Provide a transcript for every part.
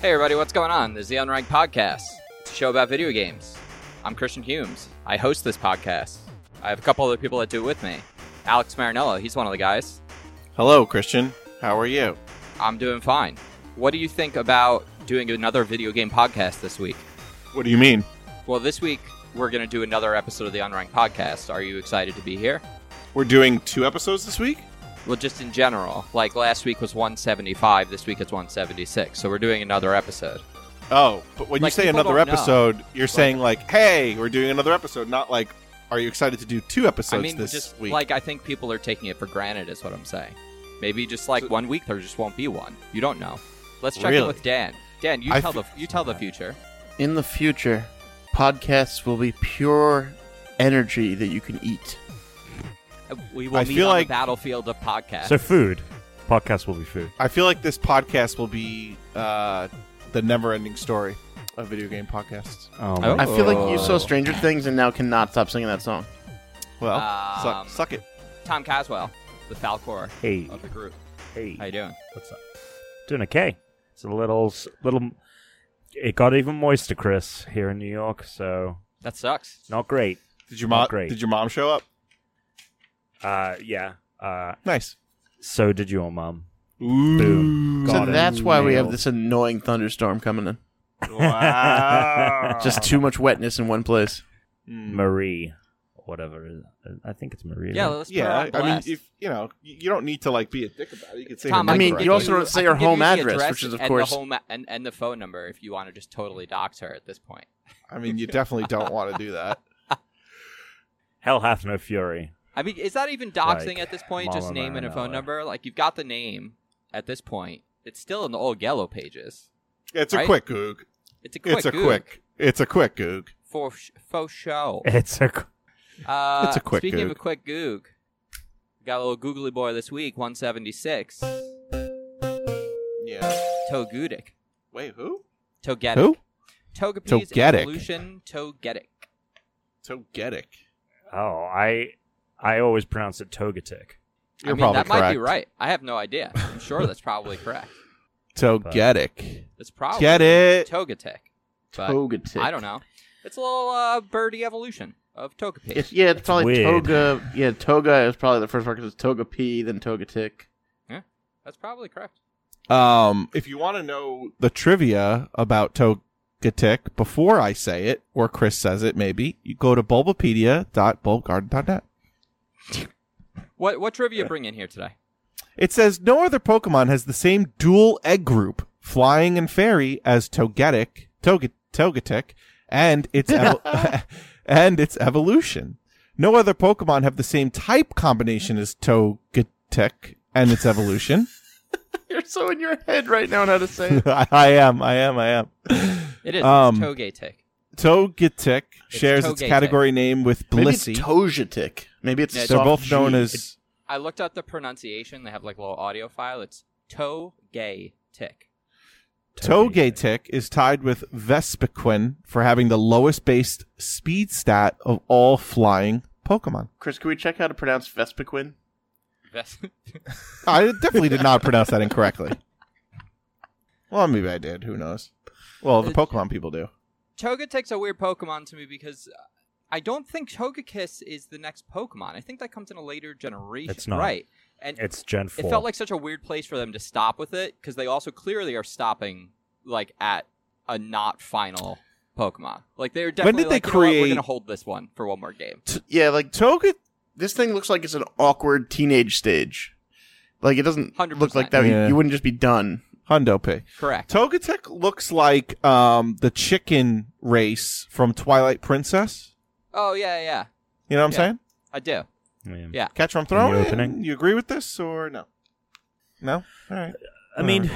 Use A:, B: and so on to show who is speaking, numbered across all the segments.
A: Hey everybody, what's going on? This is the Unranked Podcast, it's a show about video games. I'm Christian Humes. I host this podcast. I have a couple other people that do it with me. Alex Marinello, he's one of the guys.
B: Hello, Christian. How are you?
A: I'm doing fine. What do you think about doing another video game podcast this week?
B: What do you mean?
A: Well, this week we're going to do another episode of the Unranked Podcast. Are you excited to be here?
B: We're doing two episodes this week?
A: Well, just in general, like last week was 175, this week it's 176, so we're doing another episode.
B: Oh, but when
A: Like,
B: you say
A: people
B: another
A: don't know.
B: episode, you're saying like, "Hey, we're doing another episode," not like, "Are you excited to do two episodes
A: I mean,
B: this
A: just
B: week?"
A: like I think people are taking it for granted, is what I'm saying. Maybe just like one week there just won't be one. You don't know. Let's check in
B: Really?
A: with Dan. Dan, you
B: I
A: tell
B: fe-
A: the you tell the future.
C: In the future, podcasts will be pure energy that you can eat.
A: Uh, We will
B: I
A: meet
B: feel
A: on
B: like-
A: the battlefield of podcasts.
D: So food. Podcast will be food.
B: I feel like this podcast will be uh, the never-ending story of video game podcasts.
D: Oh,
A: Oh.
C: I feel like you saw Stranger Things and now cannot stop singing that song.
B: Well,
A: Um,
B: suck, suck it.
A: Tom Caswell, the Falcor
D: Hey,
A: of the group.
D: hey,
A: How you doing?
D: what's up? Doing okay. It's a little, little. It got even moister, Chris, here in New York. So
A: That sucks.
D: not great.
B: Did your mom?
D: not great.
B: Did your mom show up?
D: Uh, yeah. Uh,
B: Nice.
D: so did your mom.
B: Ooh.
D: Boom.
C: So
D: Got it.
C: that's why we have
D: Nailed.
C: this annoying thunderstorm coming in.
B: Wow.
C: Just too much wetness in one place.
B: Mm.
D: Marie, or whatever. it is. Uh, I think it's Marie.
A: Yeah,
D: right?
A: let's put her
B: yeah.
A: on
B: I mean,
A: blast.
B: if you know, you you don't need to like be a dick about it. You could say. her
A: Tom,
B: name
C: I mean,
A: can
B: correctly.
C: you also
A: give
C: don't say
A: I
C: her
A: can give
C: home
A: you the
C: address, which is, of
A: and
C: course-
A: the home a- and, and the phone number if you want to just totally dox her at this point.
B: I mean, you definitely don't want to do that.
D: Hell hath no fury.
A: I mean, is that even doxing
D: Like,
A: at this point?
D: Mama
A: Just name and a
D: Marinello.
A: phone number? Like, you've got the name at this point. It's still in the old yellow pages.
B: It's a
A: Right?
B: quick goog.
A: It's a quick
B: it's a
A: goog
B: quick. It's a quick goog.
A: for sh- faux show.
D: It's a.
A: Uh,
B: It's a quick
A: Speaking of a
B: goog.
A: quick goog, we got a little googly boy this week, 176.
B: Yeah.
A: Togudic.
B: Wait, who?
A: Togetic.
B: Who?
A: Togepi's
B: Togetic.
A: evolution, Togetic.
B: Togetic.
D: Oh, I. I always pronounce it Togetic.
A: I
B: You're
A: mean,
B: probably
A: that might be
B: correct.
A: right. I have no idea. I'm sure that's probably correct.
B: Togetic.
A: It's probably
B: Get it?
A: Togetic. But
C: Togetic.
A: I don't know. It's a little uh, birdie evolution of Togepi.
C: It's, yeah, it's probably
D: Weird.
C: toga. Yeah, toga is probably the first one because it's toga p, then toga tick.
A: That's probably correct.
B: Um, if you want to know the trivia about Togetic before I say it or Chris says it, maybe you go to bulbapedia.bulbgarden.net.
A: What what trivia bring in here today?
B: It says no other Pokemon has the same dual egg group, flying and fairy, as Togetic, Toge- Togetic, and its evo- and its evolution. No other Pokemon have the same type combination as Togetic and its evolution.
C: You're so in your head right now on how to say it.
B: I, I am, I am, I am.
A: It is
B: Um,
A: it's Togetic.
B: Togetic shares its
A: Togetic.
B: category name with
C: Maybe it's
B: Blissey.
C: toga tick. Maybe it's
A: Yeah,
B: They're
C: soft
B: both known
C: G.
B: as
A: I looked up the pronunciation. They have like a little audio file. It's Togetic.
B: Togetic is tied with Vespiquen for having the lowest based speed stat of all flying Pokemon.
C: Chris, can we check how to pronounce Vespiquen?
A: That's-
B: I definitely did not pronounce that incorrectly. Well, maybe I did. Who knows? Well, the
A: Uh,
B: Pokemon people do.
A: Togetic's a weird Pokemon to me because uh, I don't think Togekiss is the next Pokemon. I think that comes in a later generation.
D: It's not.
A: Right. And
D: It's Gen Four.
A: it felt like such a weird place for them to stop with it because they also clearly are stopping like at a not final Pokemon. Like they're
B: When
A: definitely
B: did
A: like,
B: they
A: "You know what? we're
B: create-
A: gonna hold this one for one more game.
C: Yeah, like
B: Toget
C: this thing looks like it's an awkward teenage stage. Like it doesn't
A: 100%.
C: look like that. You-
B: Yeah.
C: You wouldn't just be done.
B: Hundo P.
A: Correct.
B: Togetic looks like um, the chicken race from Twilight Princess.
A: Oh yeah, yeah.
B: You know what I'm
A: Yeah.
B: saying?
A: I do.
D: Yeah.
A: Yeah.
B: Catch what I'm throwing?
D: opening.
B: You agree with this or no? No? All right.
D: I mean,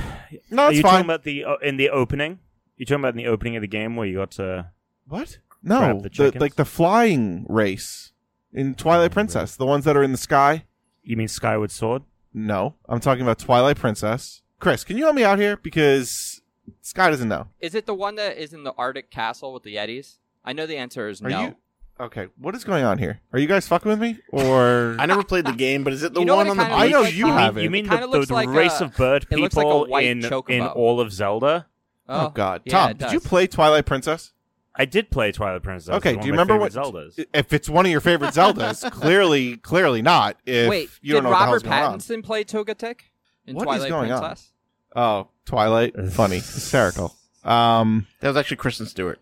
B: No,
D: Are
B: it's
D: you
B: fine.
D: talking about the uh, in the opening? You talking about in the opening of the game where you got to?
B: What?
D: Grab
B: No,
D: the
B: the
D: chickens? Oh,
B: like the flying race in Twilight Princess, the ones that are in the sky.
D: You mean Skyward Sword?
B: No, I'm talking about Twilight Princess. Chris, can you help me out here because Sky doesn't know.
A: Is it the one that is in the Arctic castle with the Yetis? I know the answer is
B: Are
A: no.
B: you okay? What is going on here? Are you guys fucking with me or?
C: I never played the game, but is it the
A: You know
C: one
A: what
C: on
A: it
C: the
A: kinda
B: I
C: beach?
B: know
A: looks like,
B: you
A: Tom?
B: have it.
D: You mean
A: kinda
D: the,
A: looks
D: the
A: like
D: race
A: a-
D: of bird
A: it looks like a
D: people
A: white
D: in
A: chocobo.
D: in all of Zelda?
B: Oh, God,
A: yeah,
B: Tom,
A: it
B: did you
A: does.
B: play Twilight Princess?
D: I did play Twilight Princess.
B: okay,
D: one of
B: do you
D: my
B: remember what
D: favorite Zeldas?
B: If it's one of your favorite Zeldas, clearly, clearly not. If
A: Wait,
B: you
A: did
B: don't know
A: Robert
B: what the hell's
A: Pattinson play Togetic in
B: What is
A: Twilight
B: going on?
A: Princess?
B: going on. Oh, Twilight, funny, hysterical. Um,
C: That was actually Kristen Stewart.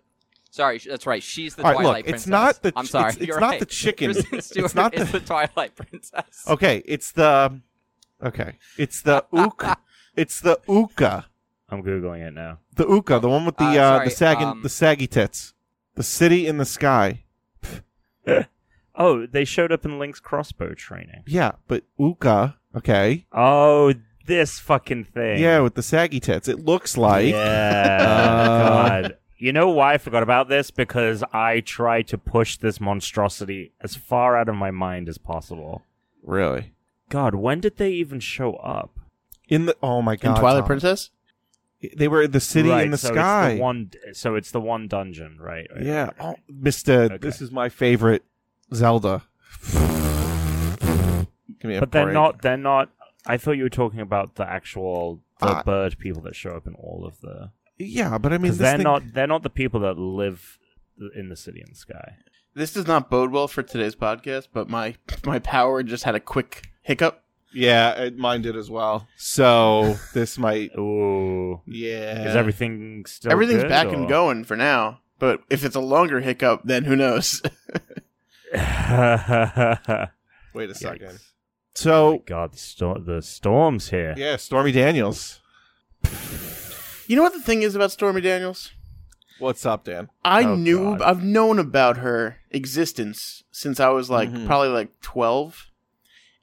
A: Sorry, sh- that's right. She's the
B: All right,
A: Twilight
B: look,
A: Princess.
B: it's not the
A: I'm
B: ch-
A: sorry,
B: it's- it's
A: you're
B: not
A: right.
B: the chicken.
A: Kristen
B: It's
A: Stewart
B: not
A: is the Twilight Princess.
B: okay, it's the okay, it's the ook, it's the ooka,
D: I'm googling it now.
B: the ooka, the one with the
A: Uh,
B: uh,
A: sorry,
B: the sagging,
A: um,
B: the saggy tits, the city in the sky.
D: Oh, they showed up in Link's crossbow training.
B: Yeah, but ooka, okay,
D: Oh, this fucking thing.
B: yeah, with the saggy tits. It looks like
D: Yeah.
B: Uh,
D: God. You know why I forgot about this? Because I tried to push this monstrosity as far out of my mind as possible.
B: really
D: God, when did they even show up?
B: in the. Oh my god,
C: in Twilight
B: Tom.
C: Princess?
B: They were in the city
D: Right,
B: in the
D: so
B: sky.
D: It's the one, so it's the one dungeon, right? Right,
B: Yeah.
D: right,
B: Oh,
D: right.
B: Mister,
D: Okay.
B: this is my favorite Zelda. Give me a
D: but they're
B: break.
D: not. They're not. I thought you were talking about the actual the
B: Ah.
D: bird people that show up in all of the.
B: Yeah, but I mean,
D: Because
B: this
D: they're
B: thing-
D: not. They're not the people that live in the city in the sky.
C: This does not bode well for today's podcast, but my my power just had a quick hiccup.
B: Yeah, it, mine did as well. So this might.
D: Ooh.
B: Yeah.
D: Is everything still?
C: Everything's
D: Oh, good,
C: back
D: or-
C: and going for now. But if it's a longer hiccup, then who knows?
B: Wait a second.
D: Yikes. Oh
B: So
D: God, the, stor- the storm's here.
B: yeah, Stormy Daniels.
C: you know what the thing is about Stormy Daniels?
B: What's up, Dan?
C: I
D: Oh,
C: knew
D: God.
C: I've known about her existence since I was like
B: Mhm.
C: probably like 12.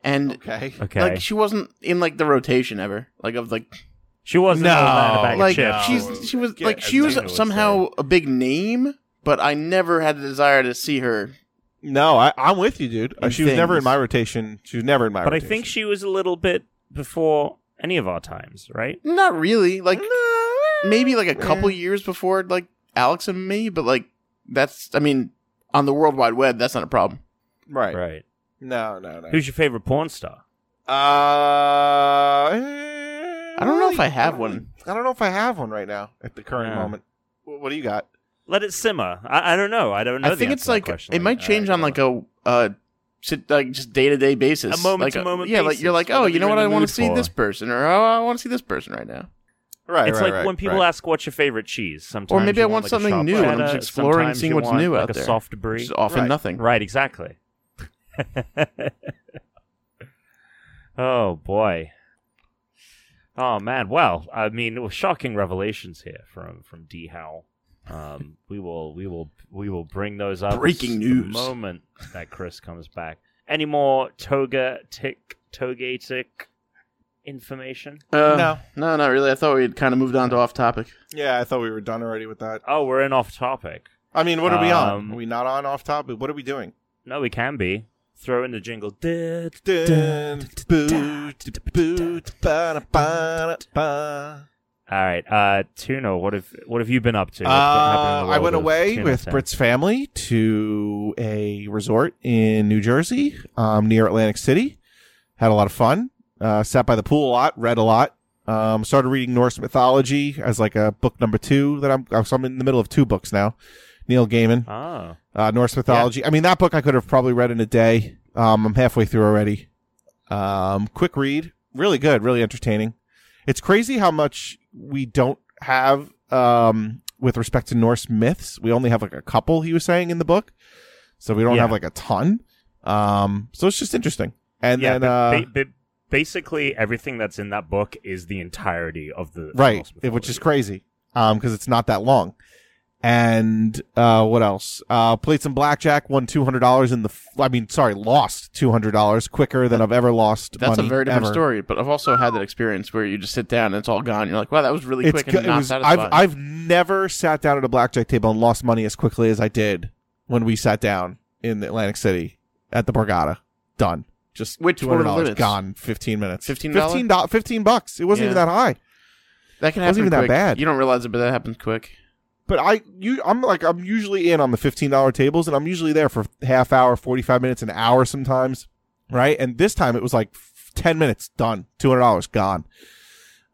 C: And
B: Okay.
D: Mm-hmm. Okay,
C: like she wasn't in like the rotation ever. Like of like
D: she wasn't
B: No,
D: all that in a bag of
C: like
D: chips.
C: she's she was
B: Get-
C: like she was
D: Dana would
C: somehow
D: say.
C: a big name, but I never had a desire to see her.
B: No, I, I'm with you, dude. Uh,
C: In
B: she was never in
C: things.
B: my rotation. She was never in my.
D: but I
B: rotation.
D: think she was a little bit before any of our times, right?
C: Not really. Like maybe like a couple years before like Alex and me, but like that's I mean on the World Wide Web, that's not a problem.
B: Right. No. No. No.
D: Who's your favorite porn star?
B: Uh, I
C: I don't know if I have one.
B: I don't know if I have one right now at the current
D: Yeah.
B: moment. Wh- What do you got?
D: Let it simmer. I, I don't know. I don't know.
C: I
D: the
C: think
D: answer
C: it's
D: to that
C: like
D: question.
C: it might change
D: uh,
C: on like a uh sit, like just day to day basis,
D: A moment
C: Like
D: to moment
C: Yeah, like you're like,
D: basis,
C: oh,
D: whatever
C: you know
D: you're
C: what?
D: in
C: I
D: the
C: want
D: mood
C: to see
D: for.
C: this person, or oh, I want to see this person right now.
B: Right.
D: it's
B: right,
D: like
B: right,
D: when people
B: right.
D: ask what's your favorite cheese. Sometimes
C: Or maybe
D: you
C: I want
D: like, a
C: something
D: sharp
C: new and I'm
D: cheddar,
C: just exploring,
D: sometimes
C: seeing
D: you
C: what's
D: want,
C: new
D: like,
C: out
D: a
C: there.
D: soft brie.
C: Which is often
B: Right.
C: nothing.
D: Right, exactly. oh boy. Oh man. Well, I mean, it was shocking revelations here from from D Howell. Um, we will we will we will bring those up
C: Breaking
D: the
C: news.
D: moment that Chris comes back. Any more toga tick togatic information?
C: Uh,
B: No.
C: no, not really. I thought we had kind of moved on to off topic.
B: Yeah, I thought we were done already with that.
D: Oh, we're in off topic.
B: I mean, what are we on?
D: Um,
B: Are we not on off topic? What are we doing?
D: No, we can be. Throw in the jingle.
B: Dun, boot, boot, ba-da, ba-da, ba.
D: All right, uh, Tuno, what have what have you been up to? What's been happening in
B: Uh,
D: the
B: I
D: world
B: went
D: of
B: away
D: Tuno
B: with
D: Town?
B: Brit's family to a resort in New Jersey, um, near Atlantic City. Had a lot of fun. Uh, sat by the pool a lot, read a lot. Um, started reading Norse mythology as like a book number two that I'm. So I'm in the middle of two books now. Neil Gaiman.
D: Oh,
B: uh, Norse mythology. I mean, that book I could have probably read in a day. Um, I'm halfway through already. Um, quick read, really good, really entertaining. It's crazy how much we don't have um, with respect to Norse myths. We only have like a couple. He was saying in the book, so we don't
D: Yeah.
B: have like a ton. Um, so it's just interesting. And
D: yeah.
B: then,
D: but
B: uh,
D: ba- ba- basically, everything that's in that book is the entirety of the
B: right,
D: Norse
B: it- which is
D: mythology.
B: crazy because it's not that long. And uh, what else? Uh, played some blackjack, won two hundred dollars in the. F- I mean, sorry, lost two hundred dollars quicker than I've ever lost.
C: That's
B: money
C: a very different
B: ever.
C: story. But I've also had that experience where you just sit down and it's all gone. You're like, wow, that was really
B: It's
C: quick and
B: good- it
C: not
B: was-
C: satisfying.
B: I've I've never sat down at a blackjack table and lost money as quickly as I did when we sat down in Atlantic City at the Borgata. Done. Just
C: Which
B: two
C: were
B: hundred
C: the
B: dollars
C: limits?
B: gone. Fifteen minutes.
C: $15?
B: Fifteen do- Fifteen bucks. It wasn't
C: Yeah.
B: even that high.
C: that can happen
B: wasn't even that
C: quick.
B: bad.
C: You don't realize it, but that happens quick.
B: But I, you, I'm like, I'm usually in on the fifteen dollar tables, and I'm usually there for half hour, forty five minutes, an hour sometimes, right? And this time it was like f- ten minutes, done, two hundred dollars gone.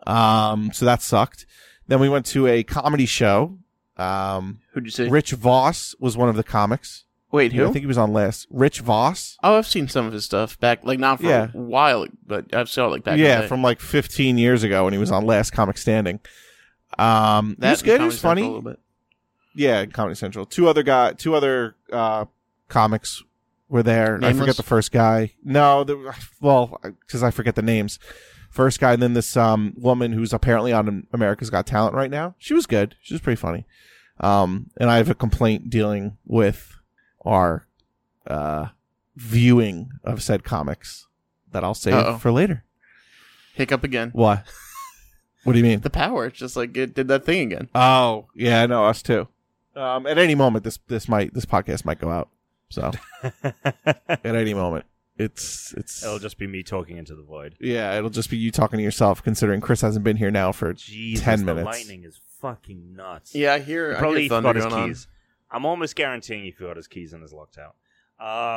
B: Um, so that sucked. Then we went to a comedy show. Um,
C: Who'd you say?
B: Rich Voss was one of the comics.
C: Wait, who?
B: I think he was on list. Rich Voss.
C: oh, I've seen some of his stuff back, like not for
B: Yeah.
C: a while, but I've saw it like back. in the
B: yeah,
C: day.
B: from like 15 years ago when he was on Last Comic Standing. Um,
C: that
B: that was
C: and
B: good. It
C: Comedy
B: was
C: Central
B: funny.
C: A little bit.
B: Yeah, Comedy Central. Two other guy, two other uh, comics were there. I
C: Nameless?
B: forget the first guy. No, the, well, because I forget the names. First guy, and then this um, woman who's apparently on America's Got Talent right now. She was good. She was pretty funny. Um, and I have a complaint dealing with our uh, viewing of said comics that I'll save
C: Uh-oh.
B: for later.
C: Hiccup again.
B: What? what do you mean?
C: The power. It's just like it did that thing again.
B: Oh, yeah, I know us too. Um, at any moment, this this might this podcast might go out. So at any moment, it's it's
D: It'll just be me talking into the void.
B: yeah, it'll just be you talking to yourself. Considering Chris hasn't been here now for
D: Jesus,
B: 10
D: the
B: minutes.
D: lightning is fucking nuts.
C: Yeah, I hear.
D: He
C: I
D: probably
C: hear thunder
D: forgot his
C: going on.
D: keys. I'm almost guaranteeing he forgot his keys and is locked out.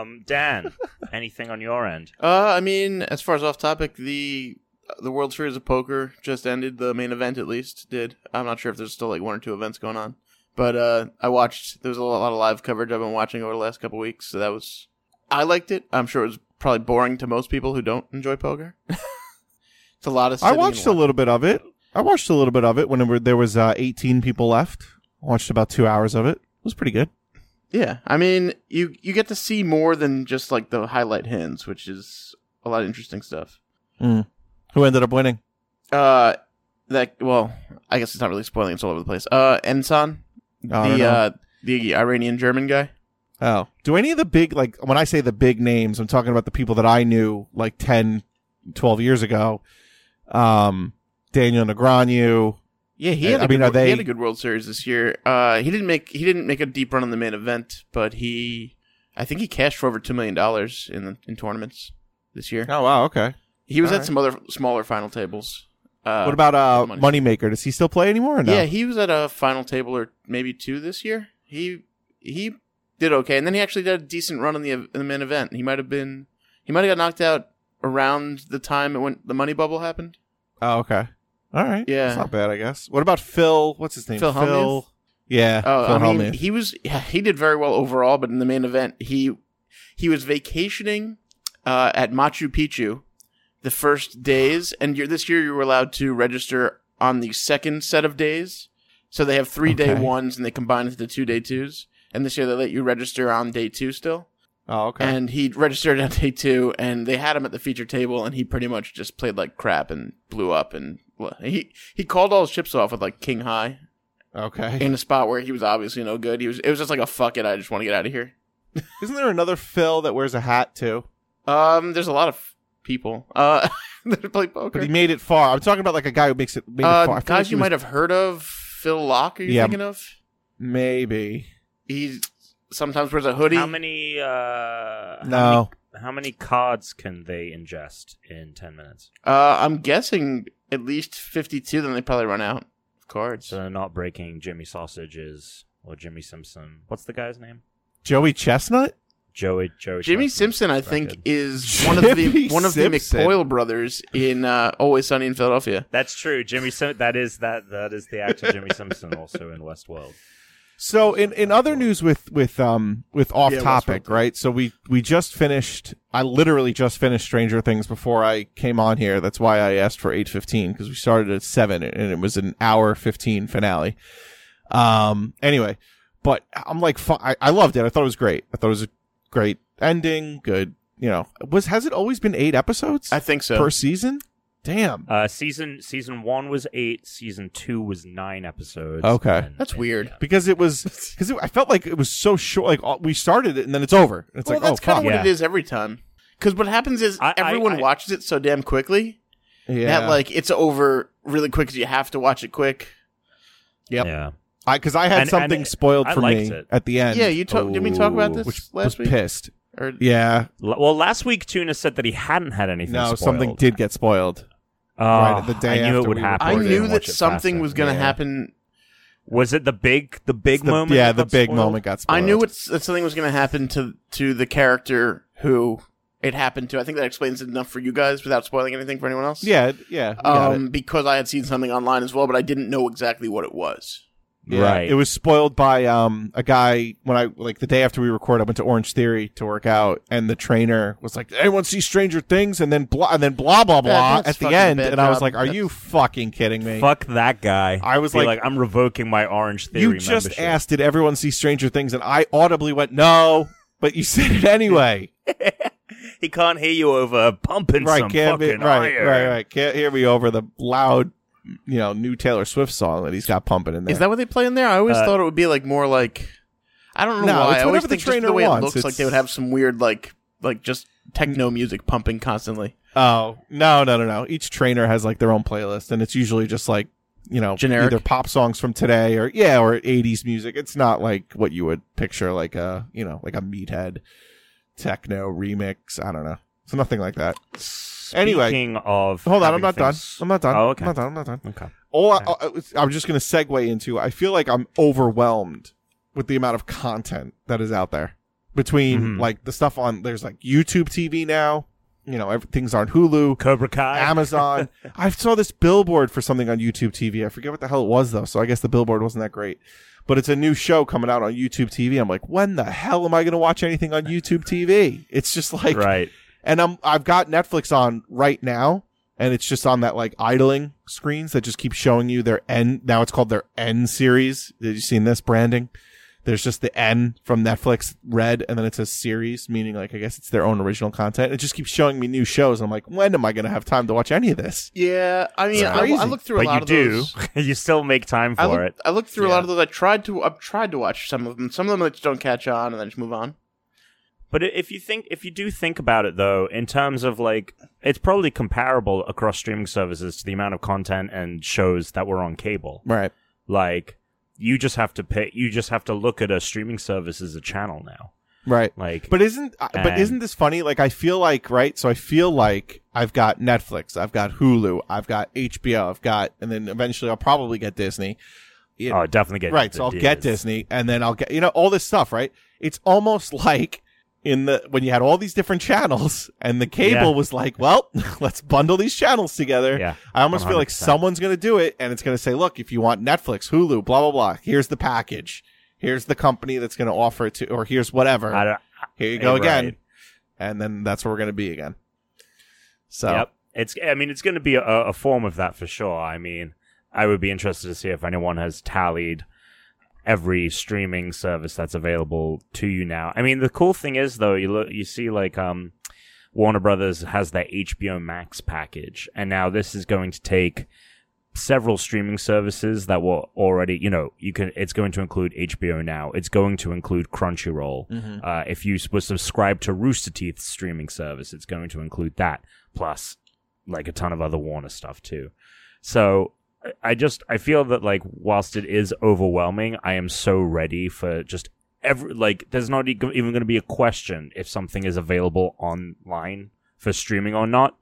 D: Um, Dan, anything on your end?
C: Uh, I mean, as far as off topic, the the World Series of Poker just ended. The main event, at least, did. I'm not sure if there's still like one or two events going on, but uh, I watched. There was a lot, lot of live coverage I've been watching over the last couple weeks, so that was. I liked it. I'm sure it was probably boring to most people who don't enjoy poker. it's a lot
B: I
C: of. sitting and
B: watched a
C: watching.
B: little bit of it. I watched a little bit of it whenever there was uh, 18 people left. I watched about two hours of it. It was pretty good.
C: Yeah, I mean, you you get to see more than just like the highlight hints, which is a lot of interesting stuff.
B: Who ended up winning?
C: Uh, that well, I guess it's not really spoiling; it's all over the place. Uh, Ensan,
B: I don't
C: the
B: know.
C: uh, the Iranian German guy.
B: Oh, do any of the big like when I say the big names, I'm talking about the people that I knew like 10, 12 years ago. Um, Daniel Negreanu.
C: Yeah, he
B: Uh,
C: had. a
B: I mean,
C: good,
B: are
C: wor-
B: they-
C: He had a good World Series this year. Uh, he didn't make he didn't make a deep run in the main event, but he, I think he cashed for over two million dollars in the, in tournaments this year.
B: Oh wow, okay.
C: He was at
B: alright.
C: some other smaller final tables. Uh,
B: what about uh
C: Money.
B: Moneymaker? Does he still play anymore or no?
C: Yeah, he was at a final table or maybe two this year. He he did okay, and then he actually did a decent run in the in the main event. He might have been he might have got knocked out around the time it when the money bubble happened.
B: Oh, okay. All right.
C: Yeah.
B: That's not bad, I guess. What about Phil? What's his name?
C: Phil Hellmuth?
B: Yeah.
C: Oh,
B: Phil
C: I mean,
B: Hellmuth.
C: he was yeah, he did very well overall, but in the main event, he he was vacationing uh, at Machu Picchu the first days, and you this year you were allowed to register on the second set of days. So they have three day
B: Okay.
C: ones, and they combine into two day twos. And this year they let you register on day two still.
B: oh, okay.
C: And he registered on day two, and they had him at the feature table, and he pretty much just played like crap and blew up. And well, he he called all his chips off with like king high
B: okay.
C: in a spot where he was obviously no good. He was it was just like a fuck it, I just want to get out of here.
B: Isn't there another Phil that wears a hat too?
C: Um, there's a lot of people uh that play poker.
B: But he made it far. I'm talking about like a guy who makes it made it far.
C: uh,
B: I feel like
C: guys
B: he
C: you
B: was-
C: might have heard of Phil Locke. Are you
B: Yeah.
C: thinking of?
B: maybe.
C: He sometimes wears a hoodie.
D: How many? Uh, How
B: No.
D: many, how many cards can they ingest in ten minutes?
C: Uh, I'm guessing at least fifty-two. Then they probably run out of cards.
D: So they're not breaking Jimmy Sausages or Jimmy Simpson. What's the guy's name?
B: Joey Chestnut?
D: Joey. Joey.
C: Jimmy
D: Chestnut's
C: Simpson, I think,
D: bracket.
C: is one of the
B: Jimmy
C: one of the
B: Simpson.
C: McPoyle brothers in uh, Always Sunny in Philadelphia.
D: That's true. Jimmy. Sim- that is that. That is the actor Jimmy Simpson, also in Westworld.
B: So in, in other news with with um with off
C: Yeah,
B: topic,
C: Westworld.
B: right? So we we just finished. I literally just finished Stranger Things before I came on here. That's why I asked for eight fifteen because we started at seven and it was an hour fifteen finale. Um. Anyway, but I'm like, fu- I, I loved it. I thought it was great. I thought it was a great ending. Good. You know, was has it always been eight episodes
C: I think so.
B: per season? Damn.
D: Uh, season season one was eight. Season two was nine episodes.
B: Okay.
D: and-
C: That's
D: and-
C: weird.
D: yeah.
B: because it was because I felt like it was so short. Like all- we started it and then it's over. It's
C: well,
B: like
C: that's
B: oh
C: kind
B: fuck.
C: of what
D: Yeah.
C: it is every time. Because what happens is
D: I- I-
C: everyone
D: I-
C: watches it so damn quickly
B: Yeah.
C: that like it's over really quick because you have to watch it quick.
B: Yep.
D: Yeah.
B: I because I had
D: And- and
B: something
D: it-
B: spoiled
D: I
B: for me
D: liked it.
B: at the end.
C: yeah, you talk. Did we talk about
D: Ooh.
C: this
B: which was
C: last week?
B: pissed.
C: Or
B: Yeah,
D: L- Well, last week Tuna said that he hadn't had anything.
B: no,
D: spoiled.
B: something did get spoiled.
D: Oh,
B: right, the day
D: I knew it
B: after
D: would
B: we
D: happen.
C: I
B: Or they
C: knew
B: didn't
C: that something was going to
B: Yeah.
C: happen.
D: Was it the big, the big
B: The-
D: moment?
B: Yeah,
D: that
B: the
D: got
B: big
D: spoiled?
B: moment got spoiled.
C: I knew it's, that something was going to happen to to the character who it happened to. I think that explains it enough for you guys without spoiling anything for anyone else.
B: Yeah, yeah. we got it.
C: Um, because I had seen something online as well, but I didn't know exactly what it was.
B: Yeah,
D: Right.
B: It was spoiled by um a guy when I like the day after we record, I went to Orange Theory to work out, and the trainer was like, "Anyone see Stranger Things?" And then blah, and then blah blah blah
C: that's
B: at the
C: fucking
B: end,
C: bad
B: and I was
C: job.
B: like, "Are you fucking kidding me?"
D: Fuck that guy.
B: I was
D: Be
B: like-
D: like, I'm revoking my Orange Theory.
B: you just
D: membership.
B: asked, "Did everyone see Stranger Things?" And I audibly went, "No," but you said it anyway.
D: He can't hear you over pumping
B: right?
D: some
B: Can't be,
D: fucking
B: right,
D: iron.
B: right, right. Can't hear me over the loud, you know, new Taylor Swift song that he's got pumping in there.
C: Is that what they play in there? I always
D: Uh,
C: thought it would be like more like I don't know
B: No,
C: why.
B: it's
C: I
B: whatever
C: always
B: the
C: think just
B: trainer
C: the way
B: wants,
C: it looks like
B: it's-
C: they would have some weird like like just techno music pumping constantly.
B: Oh no, no, no, no! Each trainer has like their own playlist, and it's usually just like you know,
C: Generic.
B: either pop songs from today or yeah, or '80s music. It's not like what you would picture like a you know like a meathead techno remix. I don't know. It's nothing like that. Anyway.
D: Speaking of,
B: Hold on, I'm
D: having
B: not done.
D: things-
B: I'm not done.
D: Oh, okay.
B: I'm not done. I'm not done.
D: Okay.
B: All I,
D: Okay.
B: I, I am uh, just gonna segue into. I feel like I'm overwhelmed with the amount of content that is out there. Between
D: Mhm.
B: like the stuff on there's like YouTube TV now. You know, everything's on Hulu.
D: Cobra Kai.
B: Amazon. I saw this billboard for something on YouTube TV. I forget what the hell it was though, so I guess the billboard wasn't that great. But it's a new show coming out on YouTube TV. I'm like, when the hell am I going to watch anything on YouTube TV? It's just like,
D: right.
B: and I'm I've got Netflix on right now, and it's just on that like idling screens that just keep showing you their N. Now it's called their N series. Have you seen this branding? There's just the N from Netflix red, and then it says series, meaning like I guess it's their own original content. It just keeps showing me new shows. I'm like, when am I gonna have time to watch any of this?
C: Yeah, I mean,
B: It's
C: I, I
B: crazy.
C: looked through a
D: But
C: lot
D: you
C: of
D: do.
C: those.
D: you still make time for
C: I looked,
D: it.
C: I looked through a
B: Yeah.
C: lot of those. I tried to. I've tried to watch some of them. Some of them I just don't catch on, and then just move on.
D: But i- if you think, if you do think about it, though, in terms of like, it's probably comparable across streaming services to the amount of content and shows that were on cable.
B: Right.
D: Like, you just have to pick. You just have to look at a streaming service as a channel now.
B: Right.
D: Like,
B: But isn't I- but
D: And-
B: isn't this funny? Like I feel like right, so I feel like I've got Netflix, I've got Hulu, I've got HBO, I've got, and then eventually I'll probably get Disney. You
D: oh, definitely get
B: right
D: the
B: so i'll get
D: Diz.
B: disney and then i'll get you know all this stuff right it's almost like in the when you had all these different channels and the cable
D: Yeah.
B: was like well let's bundle these channels together
D: Yeah,
B: i almost feel like
D: 100%.
B: someone's going to do it and it's going to say look if you want netflix hulu blah blah blah here's the package here's the company that's going to offer it to or here's whatever
D: I don't, eh,
B: here you go
D: Right.
B: again and then that's where we're going to be again so
D: Yep. It's. I mean, it's going to be a, a form of that for sure. I mean, I would be interested to see if anyone has tallied every streaming service that's available to you now. I mean, the cool thing is though, you look, you see like um, Warner Brothers has their HBO Max package, and now this is going to take several streaming services that were already, you know, you can. It's going to include HBO now. It's going to include Crunchyroll. Uh, if you s- were subscribed to Rooster Teeth's streaming service, it's going to include that plus like a ton of other Warner stuff too. So I- I just I feel that like whilst it is overwhelming, I am so ready for just every like there's not e- even going to be a question if something is available online for streaming or not.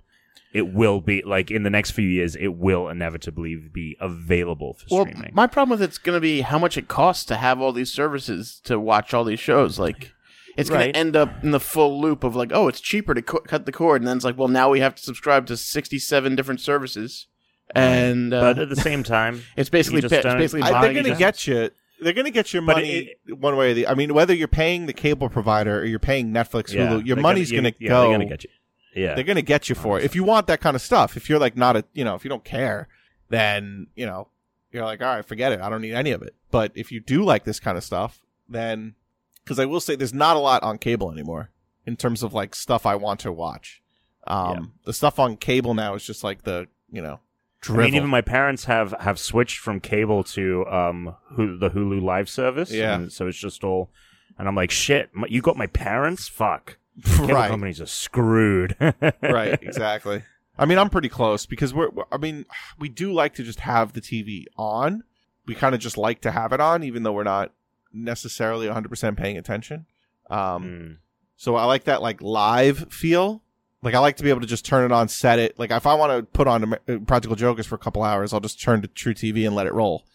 D: It will be like in the next few years, it will inevitably be available for
C: Well,
D: streaming.
C: my problem with it's going to be how much it costs to have all these services to watch all these shows. Like, it's going
D: Right.
C: to end up in the full loop of like, oh, it's cheaper to co- cut the cord, and then it's like, well, now we have to subscribe to sixty-seven different services, and uh,
D: but at the same time,
C: it's basically
D: you just
C: pa- it's
D: don't-
C: basically
B: I, they're
C: buying.
B: going to
C: just-
B: get you. They're going to get your
D: But
B: money
D: it-
B: one way or the. I mean, whether you're paying the cable provider or you're paying Netflix,
D: yeah,
B: Hulu, your
D: they're
B: money's
D: gonna-
B: going to
D: yeah,
B: go.
D: They're going to get you. Yeah,
B: They're gonna get you for it. If you want that kind of stuff, if you're like not a, you know, if you don't care, then you know, you're like, all right, forget it. I don't need any of it. But if you do like this kind of stuff, then because I will say there's not a lot on cable anymore in terms of like stuff I want to watch. Um,
D: Yeah.
B: the stuff on cable now is just like the you know, drivel.
D: I mean, even my parents have have switched from cable to um Hulu, the Hulu Live service.
B: Yeah.
D: and so it's just all, and I'm like, shit, my, you got my parents? Fuck, cable
B: right.
D: companies are screwed.
B: right exactly i mean i'm pretty close because we're we're- i mean we do like to just have the tv on we kind of just like to have it on even though we're not necessarily 100% paying attention um
D: Mm.
B: so i like that like live feel like i like to be able to just turn it on set it like if i want to put on Amer- uh, practical jokers for a couple hours i'll just turn to true tv and let it roll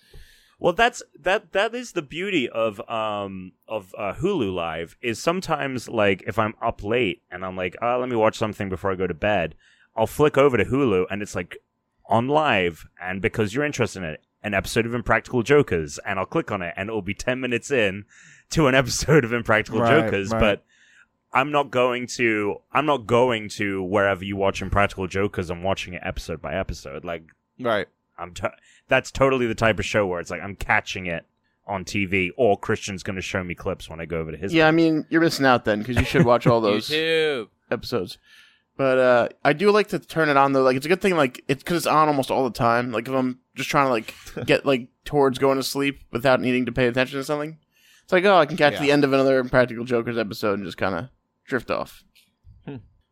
D: Well, that's that that is the beauty of um of uh, Hulu Live is sometimes like if I'm up late and I'm like, oh, let me watch something before I go to bed, I'll flick over to Hulu and it's like on live and because you're interested in it, an episode of Impractical Jokers and I'll click on it and it'll be 10 minutes in to an episode of Impractical
B: Right,
D: Jokers,
B: right.
D: but I'm not going to I'm not going to wherever you watch Impractical Jokers I'm watching it episode by episode like
B: Right.
D: I'm t- that's totally the type of show where it's like I'm catching it on TV, or Christian's going to show me clips when I go over to his.
C: Yeah, I mean, you're missing out then because you should watch all those
A: YouTube.
C: episodes. But uh, I do like to turn it on though. Like it's a good thing. Like it's because it's on almost all the time. Like if I'm just trying to like get like towards going to sleep without needing to pay attention to something, it's like oh, I can catch
B: Yeah.
C: the end of another Impractical Jokers episode and just kind of drift off.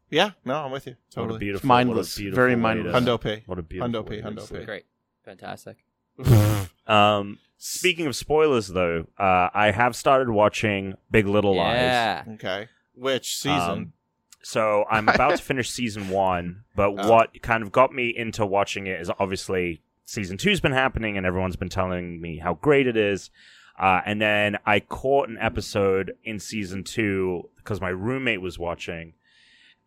B: Yeah. No, I'm with you.
D: What a
B: Totally.
D: beautiful,
C: mindless,
D: what a beautiful
C: very
D: way to-
C: mindless.
B: Hundo P.
D: What a beautiful
B: Hundo P,
D: way to
B: Hundo
D: sleep.
B: P.
A: Great. Fantastic.
D: Um, speaking of spoilers, though, uh, I have started watching Big Little Lies.
A: yeah.
B: Okay. Which season?
D: Um, so I'm about to finish season one, but
B: Oh.
D: what kind of got me into watching it is obviously season two's been happening, and everyone's been telling me how great it is. Uh, and then I caught an episode in season two because my roommate was watching,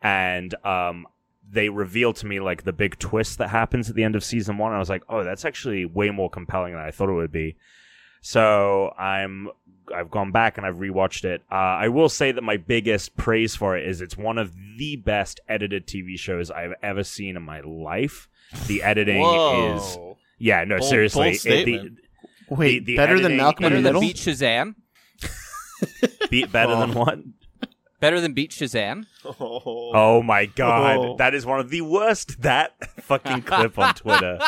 D: and um, they revealed to me like the big twist that happens at the end of season one. And I was like, oh, that's actually way more compelling than I thought it would be. So I'm I've gone back and I've rewatched it. Uh, I will say that my biggest praise for it is it's one of the best edited TV shows I've ever seen in my life. The editing is
B: Whoa.
D: yeah no
B: Bold-
D: seriously
B: bold
D: it-
B: statement.
C: Wait,
D: the
C: better than
D: editing
C: Malcolm in
A: Better
C: the
A: than
C: Middle?
A: Beat Shazam.
D: the, be, better than what?
A: Better than Beat Shazam.
B: Oh.
D: Oh my god,
B: Oh.
D: that is one of the worst. That fucking clip on Twitter.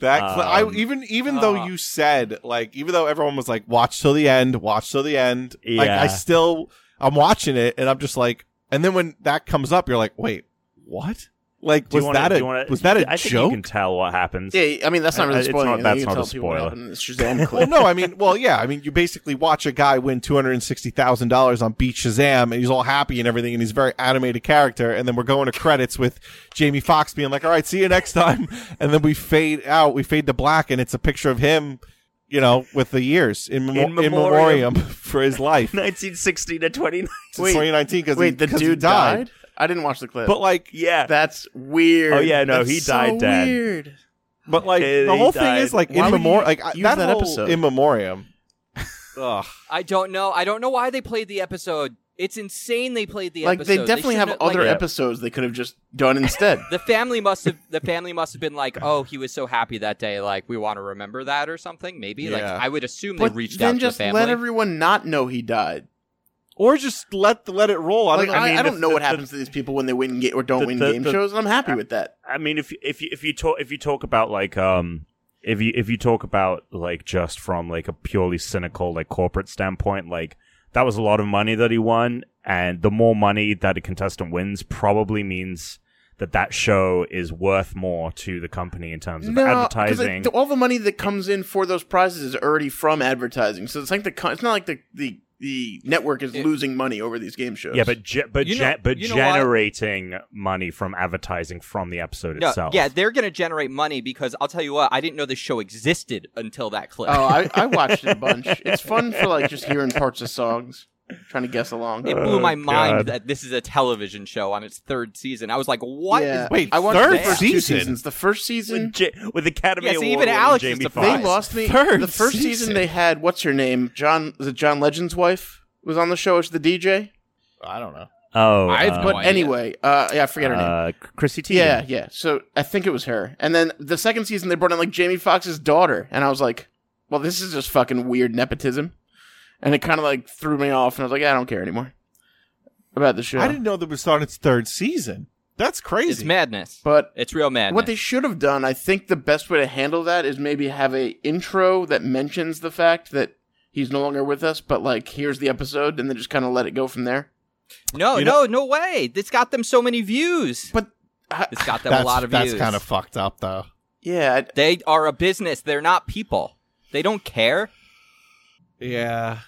B: That cl-
D: Um,
B: I even even though
A: uh.
B: you said like even though everyone was like watch till the end, watch till the end, like
D: Yeah.
B: I still I'm watching it and I'm just like and then when that comes up you're like wait, what? Like
D: Do you
B: was
D: wanna-
B: that
D: do
B: a
D: you wanna-
B: was that a
D: I think
B: joke?
D: You can tell what happens.
C: Yeah, I mean that's not
D: I-
C: really
D: I- it's
C: spoiling.
D: not-
C: anything.
D: that's
C: you can
D: not a
C: tell people what
D: spoiler.
C: happened in this Shazam
B: well,
C: clip.
B: no, I mean, well, yeah, I mean, you basically watch a guy win two hundred and sixty thousand dollars on Beat Shazam, and he's all happy and everything, and he's a very animated character, and then we're going to credits with Jamie Foxx being like, "All right, see you next time," and then we fade out, we fade to black, and it's a picture of him, you know, with the years in, memo-
D: In
B: in memoriam for his life
D: 1960 to 29.
B: since twenty nineteen because
C: Wait, the
B: he
C: dude died?
B: died.
C: I didn't watch the clip.
B: But like,
D: Yeah.
C: that's weird.
D: Oh, yeah, no,
C: That's
D: he
C: so
D: died dead.
C: Weird.
B: but like,
D: Eh,
B: the
D: he
B: whole thing
D: died.
B: is like in
C: Why would you
B: memoriam, like I-
C: use
B: that,
C: that
B: whole
C: episode?
B: in memoriam. Ugh.
A: I don't know. I don't know why they played the episode. It's insane they played the
C: like
A: episode.
C: they definitely have
A: shouldn't
C: other
A: like,
C: episodes they could have just done instead.
A: The family must have the family must have been like, "Oh, he was so happy that day. Like, we want to remember that or something." Maybe. Like,
B: Yeah.
A: I would assume
C: but
A: they reached
C: then
A: out
C: just
A: to the family.
C: let everyone not know he died.
B: Or just let let it roll. I
C: Like,
B: don't, I
C: I,
B: mean,
C: I don't
D: the-
C: know what
D: the-
C: happens to these people when they win ga- or don't
D: the-
C: win
D: the-
C: game
D: the-
C: shows, and I'm happy with that.
D: I mean, if you- if you, if you talk if you talk about like um if you if you talk about like just from like a purely cynical like corporate standpoint, like that was a lot of money that he won, and the more money that a contestant wins probably means that that show is worth more to the company in terms of
C: because
D: advertising.
C: all the money that comes in for those prizes is already from advertising. So it's like the con- it's not like the the, the network is
A: It-
C: losing money over these game shows.
D: yeah, but ge- but
A: You
D: ge-
A: know-
D: but
A: you know what?
D: generating money from advertising from the episode
A: No,
D: itself.
A: yeah, they're gonna generate money because I'll tell you what, I didn't know this show existed until that clip.
C: oh, I, I watched it a bunch. It's fun for like just hearing parts of songs, trying to guess along.
A: it blew my
D: Oh, God.
A: mind that this is a television show on its third season. I was like, "What is
C: Yeah.
B: Wait,
C: I watched
B: third
C: the first two
B: season?
C: seasons. The first season
D: With, J- with Academy
A: Yeah, see,
D: Award
A: even
D: winning
A: Alex is
D: Jamie
A: surprised.
C: They
D: Foxx.
C: lost me.
B: Third
C: the first season.
B: season.
C: they had what's her name? John was it John Legend's wife was on the show as the DJ.
B: I don't know.
D: Oh,
A: I have
D: um,
A: no
C: but
A: idea.
C: anyway, uh, yeah, I forget her name.
D: Uh, Chrissy Teigen.
C: Yeah, yeah. So I think it was her. And then the second season they brought in like Jamie Foxx's daughter, and I was like, well, this is just fucking weird nepotism, and it kind of like threw me off, and I was like, I don't care anymore about the show.
B: I didn't know that it was on its third season. That's crazy.
A: It's madness.
C: but
A: It's real madness.
C: What they should have done, I think the best way to handle that is maybe have a intro that mentions the fact that he's no longer with us, but like here's the episode and then just kind of let it go from there.
A: no,
B: you know-
A: no, no way. This got them so many views.
C: But uh, I,
A: It's got them
B: that's
A: a lot of
B: that's
A: views.
B: kind of fucked up though.
C: yeah, I,
A: They are a business. They're not people. They don't care.
B: Yeah.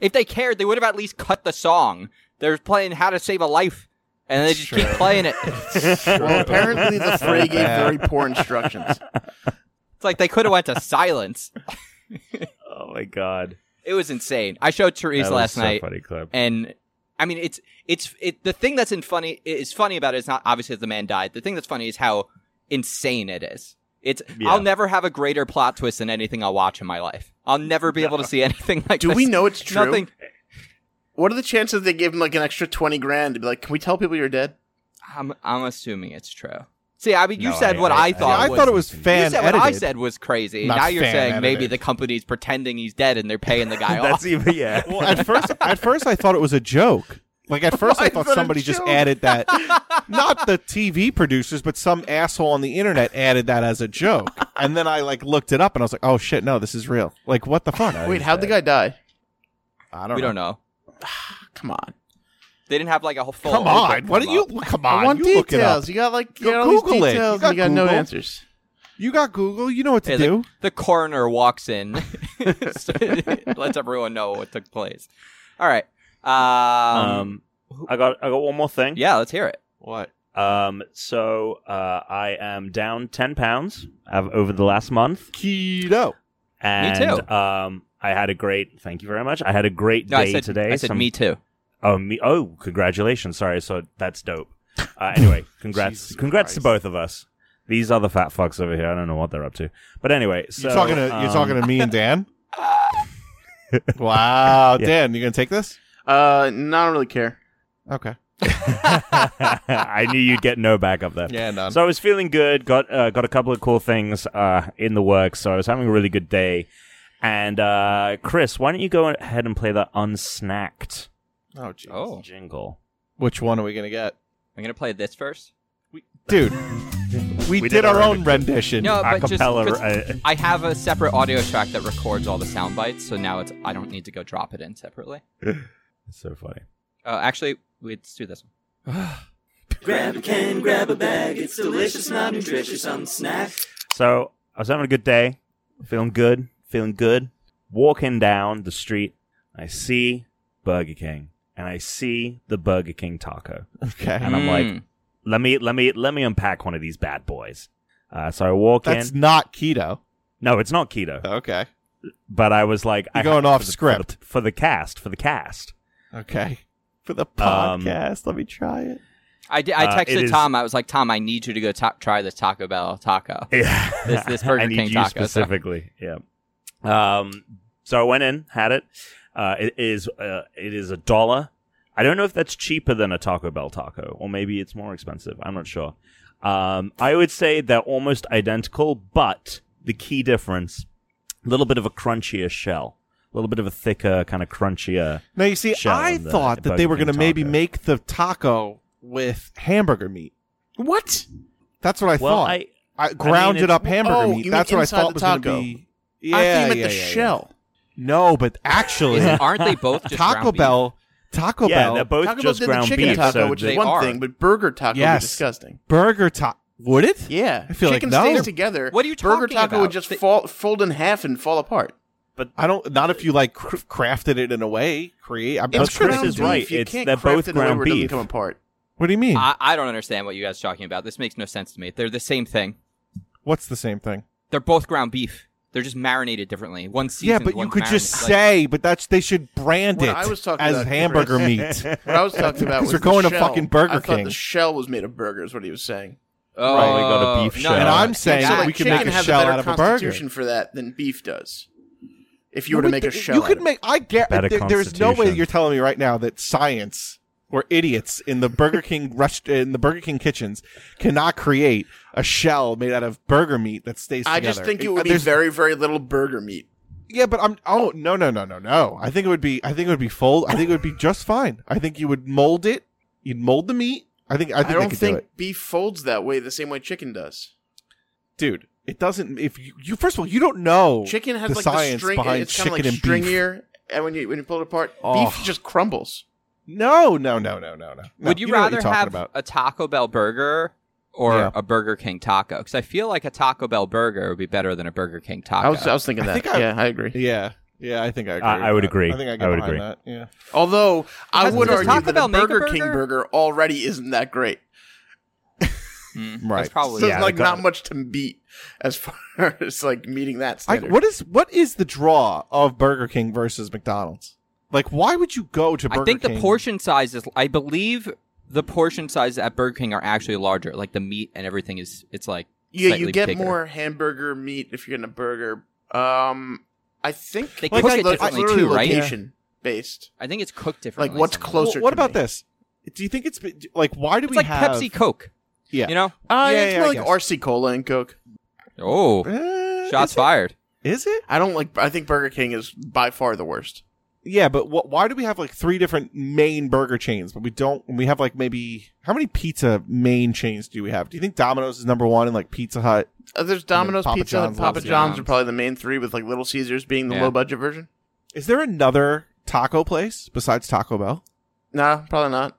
A: If they cared, they would have at least cut the song. They're playing "How to Save a Life," and they just keep playing it. It's
C: well, apparently the fray gave
B: Yeah.
C: very poor instructions.
A: like they could have went to silence.
D: Oh my god.
A: It was insane. I showed Therese
D: That was
A: last
D: so
A: night,
D: Funny clip.
A: and I mean, it's it's it. The thing that's in funny is funny about it is not obviously that the man died. The thing that's funny is how insane it is. It's
D: Yeah.
A: I'll never have a greater plot twist than anything I'll watch in my life. I'll never be able to see anything like.
C: Do
A: this.
C: we know it's true?
A: Nothing.
C: What are the chances they gave him like an extra twenty grand to be like, "Can we tell people you're dead?"
A: I'm I'm assuming it's true. See, I mean, you
D: No,
A: said
D: I-
A: what
D: I-
A: I,
D: I-
A: thought.
B: I
A: was,
B: thought it was
A: You
B: fan
A: said what I
B: edited.
A: said was crazy.
B: Not
A: now you're
B: fan
A: saying maybe
B: edited.
A: the company's pretending he's dead and they're paying the guy off.
D: That's even yeah.
B: Well, at first, at first, I thought it was a joke. Like at first, I
C: I
B: thought
C: thought a
B: somebody just
C: joke.
B: added that. Not the TV producers, but some asshole on the internet added that as a joke. And then I like looked it up, and I was like, "Oh shit, no, this is real." Like, what the fuck?
C: Wait, how'd the guy die?
B: I don't.
A: we
B: know.
A: don't know.
C: Come on,
A: They didn't have like a whole full.
B: Come on, what do you? Come on,
C: I want
B: you look it up.
C: details. You got like you
B: Go
C: got all
B: Google
C: these
B: it. You
C: details.
B: got
C: and you got no
B: Google.
C: answers.
B: You got Google. You know what to
A: Hey,
B: do.
A: the, the coroner walks in, so it lets everyone know what took place. All right. Um,
D: Um, I got I got one more thing.
A: yeah, let's hear it.
B: What?
D: Um, so uh, I am down ten pounds uh, over the last month,
B: Keto.
D: and
A: too.
D: um, I had a great. Thank you very much. I had a great
A: No,
D: day
A: I said
D: today.
A: I said
D: Some-
A: me too.
D: Oh, me. Oh, congratulations. Sorry. So that's dope. Uh, anyway, congrats.
B: Jesus
D: congrats to
B: Christ.
D: both of us. These other fat fucks over here. I don't know what they're up to. But anyway, so
B: you're talking to you're
D: um,
B: talking to me and Dan. wow,
D: Yeah.
B: Dan, you gonna take this?
C: Uh, no, I don't really care.
B: Okay.
D: I knew you'd get no back up there.
B: Yeah, no.
D: So I was feeling good. Got uh, got a couple of cool things uh, in the works. So I was having a really good day. And uh, Chris, why don't you go ahead and play the unsnacked
B: oh, geez.
A: Oh,
D: jingle?
B: Which one are we gonna get,
A: I'm gonna play this first.
B: dude? We,
D: We
B: did, our own rendition.
A: No, but just
D: Acapella.
A: 'cause
D: uh,
A: I have a separate audio track that records all the sound bites, so now it's I don't need to go drop it in separately.
D: it's so funny.
A: Uh, actually, let's do this one.
E: Grab a can, grab a bag. It's delicious, not nutritious. On snack.
D: So I was having a good day, feeling good, feeling good. Walking down the street, I see Burger King, and I see the Burger King taco.
B: Okay.
D: And I'm like,
A: Mm.
D: Let me let me let me unpack one of these bad boys. Uh, so I walk
B: That's
D: in.
B: not keto.
D: No, it's not keto,
B: Okay.
D: but I was like,
B: You're
D: I
B: going
D: for
B: off
D: the- for the-
B: script.
D: for the, cast for the cast.
B: Okay. For the
D: Um,
B: podcast, let me try it.
A: I, di- I
D: uh,
A: texted
D: it is-
A: Tom. I was like, Tom, I need you to go ta- try this Taco Bell taco.
D: Yeah,
A: This- this Burger
D: I need
A: King
D: you
A: taco, so-
D: specifically. Yeah. Um. So I went in, had it. Uh, it is uh, it is a dollar. I don't know if that's cheaper than a Taco Bell taco, or maybe it's more expensive. I'm not sure. Um, I would say they're almost identical, but the key difference: a little bit of a crunchier shell, a little bit of a thicker, kind of crunchier.
B: Now you see,
D: Shell
B: I
D: and the
B: thought that they
D: Burger
B: were
D: King
B: going to maybe
D: taco.
B: make the taco with hamburger meat.
C: What?
B: That's what I
D: Well,
B: thought.
D: I
B: I grounded
D: it's-
B: up hamburger
C: oh,
B: meat.
C: you
B: That's
C: mean
B: what I
C: inside
B: thought
C: the
B: was going to
C: taco.
B: be. Yeah,
C: I think
B: yeah,
C: meant the
B: yeah, yeah.
C: shell.
B: No, but actually,
A: Isn't- Aren't they both just ground
B: Taco
A: beef?
B: Bell, Taco
D: yeah, they're
B: Bell,
D: both
C: Taco Bell
D: just
C: did the
D: ground
C: chicken
D: beef.
C: taco,
D: so
C: which
A: they
D: they-
C: is one
A: are.
C: thing, but burger taco
B: Yes.
C: would be disgusting.
B: burger taco. Would it?
C: Yeah,
B: I feel like
C: chicken
B: no.
C: stays together.
A: What are you
C: burger
A: talking
C: taco
A: about?
C: would just
A: Th-
C: fall, fold in half and fall apart.
B: I don't. Not if you like cr- crafted it in a way. Create. I mean,
D: It's
B: I'm sure they
D: Chris
B: can
D: is
B: do-
D: right.
C: If you
D: It's-
C: can't
D: they're
C: craft
D: both
C: it in a way
D: ground
C: where it doesn't
D: beef.
C: Come apart.
B: What do you mean?
A: I, I don't understand what you guys are talking about. This makes no sense to me. They're the same thing.
B: What's the same thing?
A: They're both ground beef. They're just marinated differently. One seasoned.
B: Yeah, but you
A: one's
B: could
A: marinated.
B: just
A: Like,
B: say. But that's they should brand
C: What
B: it
C: I was talking
B: as
C: about,
B: hamburger
C: Chris-
B: meat.
C: What I was talking about
B: Because
C: was
B: we're
C: the
B: going to
C: shell.
B: fucking Burger
C: I thought
B: King.
C: the shell was made of burger. Is what he was saying.
A: oh,
D: Right, we got a beef
A: no,
D: shell.
A: no,
B: And
A: no.
B: I'm saying
A: so,
C: so
A: like,
B: we could
C: chicken
B: make a
C: has
B: shell
C: better
B: out of a burger.
C: constitution for that than beef does. If you were to
B: But
C: make a
B: th-
C: shell,
B: you
C: out
B: could
C: of it.
B: make. I get.
D: Better
B: There, there's no way
D: constitution.
B: you're telling me right now that science or idiots in the Burger King rest, in the Burger King kitchens cannot create a shell made out of burger meat that stays. together.
C: I
B: Uh,
C: just think it would be
B: There's-
C: very, very little burger meat.
B: Yeah, but I'm. Oh no no no no no. I think it would be. I think it would be fold. I think it would be just fine. I think you would mold it. You'd mold the meat. I think. I
C: I,
B: think they
C: don't
B: could do it.
C: think beef folds that way the same way chicken does.
B: dude. It doesn't. If you, you first of all, you don't know
C: Chicken has
B: the
C: like the
B: science
C: string.
B: behind
C: it's kind
B: chicken
C: of like
B: and beef.
C: stringier, and when you when you pull it apart,
B: Oh.
C: beef just crumbles.
B: No, no, no, no, no, no.
A: would you,
B: you know what
A: rather
B: you're talking
A: have
B: about.
A: a Taco Bell burger or
B: Yeah.
A: a Burger King taco? Because I feel like a Taco Bell burger would be better than a Burger King taco.
C: I was I was thinking
B: I uh,
C: that.
B: think I-
C: yeah, I agree.
B: Yeah, yeah. I think I. Agree
D: I-
B: with
D: I would
B: that.
D: agree.
B: I think I,
D: I
B: get
D: would
B: behind
D: agree.
B: That. Yeah.
C: Although I
A: Does-
C: would
A: does
C: argue
A: Taco
C: that
A: Bell
C: a
A: make a
C: Burger King
A: burger?
C: burger already isn't that great.
A: Mm,
B: Right.
A: That's probably
C: So
D: Yeah,
C: there's like
D: they got-
C: not much to beat as far as like meeting that
B: I,
C: standard.
B: what is what is the draw of Burger King versus McDonald's? Like, why would you go to Burger
A: I think
B: King?
A: the portion sizes. I believe the portion sizes at Burger King are actually larger. Like the meat and everything is. It's like
C: yeah, you
A: slightly
C: get
A: bigger.
C: more hamburger meat if you're getting a burger. Um, I think
A: They
B: cook it
C: lo-
A: differently
C: literally
A: too, right?
C: Location based.
A: I think it's cooked differently.
C: Like what's
A: somehow.
C: closer?
B: Well, what
C: to
B: about
C: me?
B: this? Do you think it's like why do
A: It's
B: we
A: like
B: have
A: Pepsi Coke.
B: Yeah.
A: You know.
B: Yeah,
C: Uh, yeah, it's
B: yeah, I
C: more like
B: guess.
C: RC Cola and Coke.
A: Oh,
B: Eh,
A: shots
B: is
A: fired.
B: It? Is it?
C: I don't like. I think Burger King is by far the worst.
B: Yeah, but wh- why do we have like three different main burger chains, but we don't? We have like maybe how many pizza main chains do we have? Do you think Domino's is number one and like Pizza Hut?
C: Uh, there's
B: then
C: Domino's,
B: Papa
C: Pizza, Hut,
B: John's,
C: Papa
B: Little
C: John's are
A: John's.
C: probably the main three, with like Little Caesars being the
A: Yeah.
C: low budget version.
B: Is there another taco place besides Taco Bell?
C: Nah, probably not.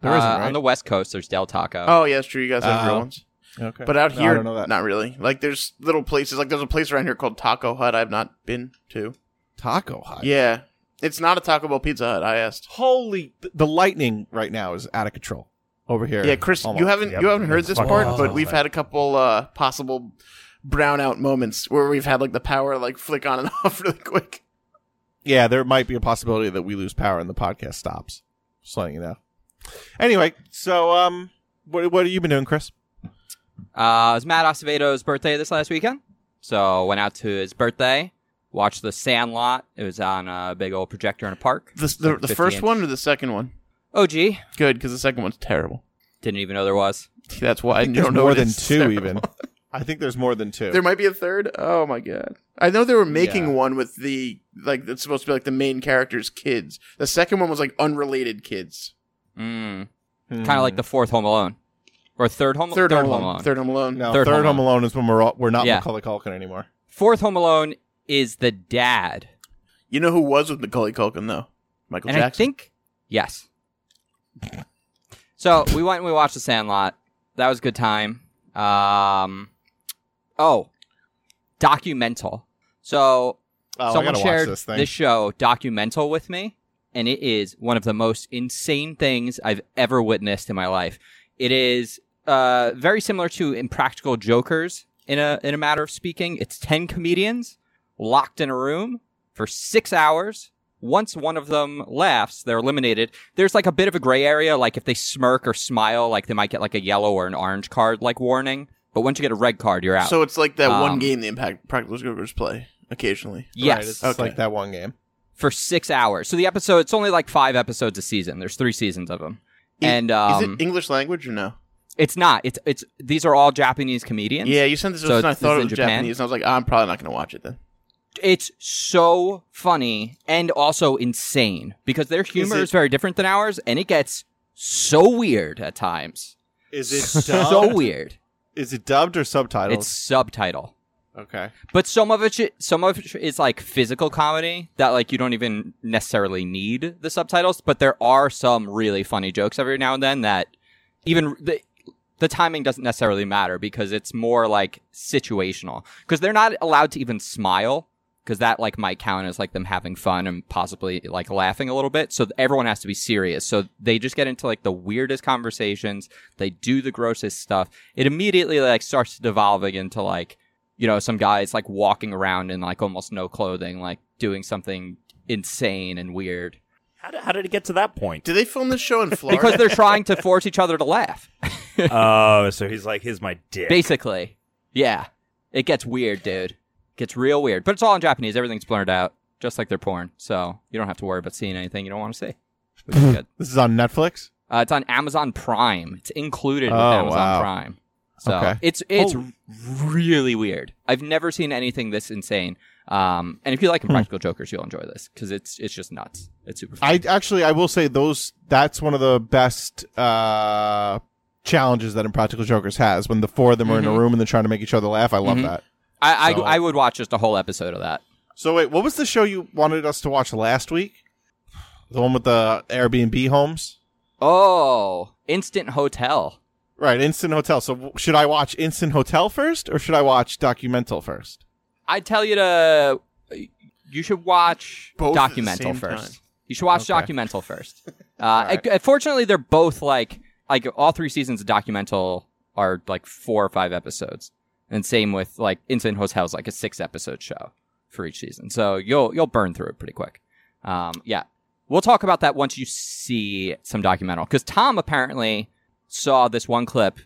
B: There isn't,
A: Uh,
B: right?
A: On the West Coast, there's Del Taco.
C: Oh yeah, it's true. You guys have
B: Uh,
C: real ones,
B: Okay,
C: but out
B: No,
C: here,
B: I don't know that
C: not really. Like there's little places. Like there's a place around here called Taco Hut. I've not been to.
B: Taco Hut.
C: yeah, it's not a Taco Bell Pizza Hut. I asked.
B: holy! th- the lightning right now is out of control over here.
C: Yeah, Chris,
B: Almost.
C: you haven't
D: Yep.
C: you haven't heard this
D: Fucking
C: part,
D: awesome.
C: but we've had a couple uh, possible brownout moments where we've had like the power like flick on and off really quick.
B: Yeah, there might be a possibility that we lose power and the podcast stops. Just letting you know. Anyway, so um, what what have you been doing, Chris?
A: Uh, it was Matt Acevedo's birthday this last weekend, so went out to his birthday, watched The Sandlot. It was on a big old projector in a park.
C: The the, the
A: 50
C: first
A: inch.
C: one or the second one?
A: Oh, gee,
C: Good, because the second one's terrible.
A: didn't even know there was.
C: That's why I,
B: think
C: don't
B: there's
C: know
B: more
C: it
B: than
C: is.
B: two,
C: Terrible.
B: even. I think there's more than two.
C: There might be a third. Oh my god! I know they were making
B: Yeah.
C: one with the like that's supposed to be like the main character's kids. The second one was like unrelated kids.
A: Mm. Kind of like the fourth Home Alone or third Home
C: Third,
A: Home
C: Alone. Third Home Alone.
B: no,
A: Third
B: third,
A: Home
B: Home Alone is when we're all, we're not
A: Yeah.
B: Macaulay Culkin anymore.
A: Fourth Home Alone is the dad,
C: You know who was with Macaulay Culkin though? Michael
A: and I
C: Jackson.
A: think yes. So we went and we watched The Sandlot. That was a good time. Um, oh, documental. So
B: Oh, I
A: Someone
B: gotta
A: shared
B: watch this thing.
A: show documental with me, and it is one of the most insane things I've ever witnessed in my life. It is uh, very similar to Impractical Jokers in a in a matter of speaking. It's ten comedians locked in a room for six hours. Once one of them laughs, they're eliminated. There's like a bit of a gray area, like if they smirk or smile, like they might get like a yellow or an orange card, like warning. But once you get a red card, you're out.
C: So it's like that one
A: Um,
C: game the Impact Practical Jokers play occasionally.
A: yes,
B: Right, it's
C: Okay.
B: like that one game.
A: for six hours. So the episode, it's only like five episodes a season. There's three seasons of them,
C: I-
A: and um,
C: Is it English language or no?
A: it's not. It's it's these are all Japanese comedians.
C: Yeah, you sent this to
A: So
C: us and I
A: it's- this
C: thought
A: is
C: it
A: in
C: was
A: Japan?
C: Japanese, and I was like, I'm probably not going to watch it then.
A: it's so funny and also insane because their humor is,
C: it-
A: very different than ours, and it gets so weird at times.
B: Is
A: so weird.
B: Is it dubbed or subtitled?
A: It's subtitle.
B: okay.
A: But some of it, sh- some of it is like physical comedy that like you don't even necessarily need the subtitles. But there are some really funny jokes every now and then that even the the timing doesn't necessarily matter because it's more like situational because they're not allowed to even smile because that like might count as like them having fun and possibly like laughing a little bit so everyone has to be serious so they just get into like the weirdest conversations they do the grossest stuff it immediately like starts devolving into like you know some guys like walking around in like almost no clothing like doing something insane and weird
D: How did, how did it get to that point?
C: Did they film this show in Florida?
A: because they're trying to force each other to laugh
D: Oh, so he's like, here's my dick.
A: basically yeah it gets weird dude gets real weird but it's all in japanese everything's blurred out just like their porn so you don't have to worry about seeing anything you don't want to see which is good
B: This is on Netflix.
A: uh, it's on amazon prime it's included with
B: Oh,
A: amazon
B: wow.
A: prime so
B: Okay.
A: it's it's really weird i've never seen anything this insane um, and if you like impractical jokers you'll enjoy this because it's it's just nuts it's super fun.
B: Hmm. I actually, I will say those. That's one of the best uh, challenges that Impractical Jokers has. When the four of them are in a
A: Mhm.
B: room and they're trying to make each other laugh. I love
A: Mhm.
B: that.
A: I, I,
B: So-
A: I would watch just a whole episode of that.
B: So wait, what was the show you wanted us to watch last week? The one with the Airbnb homes,
A: Oh, Instant Hotel.
B: right? Instant Hotel. So w- should I watch Instant Hotel first, or should I watch Documental first?
A: I tell you to, you should watch
C: Both at the
A: Documental
C: same
A: first.
C: time.
A: You should watch
B: Okay.
A: Documental first. Uh,
B: All right.
A: ac- Fortunately, they're both like like all three seasons of Documental are like four or five episodes, and same with like Instant Hotel is like a six episode show for each season. So you'll you'll burn through it pretty quick. Um, yeah, we'll talk about that once you see some documental because Tom apparently saw this one clip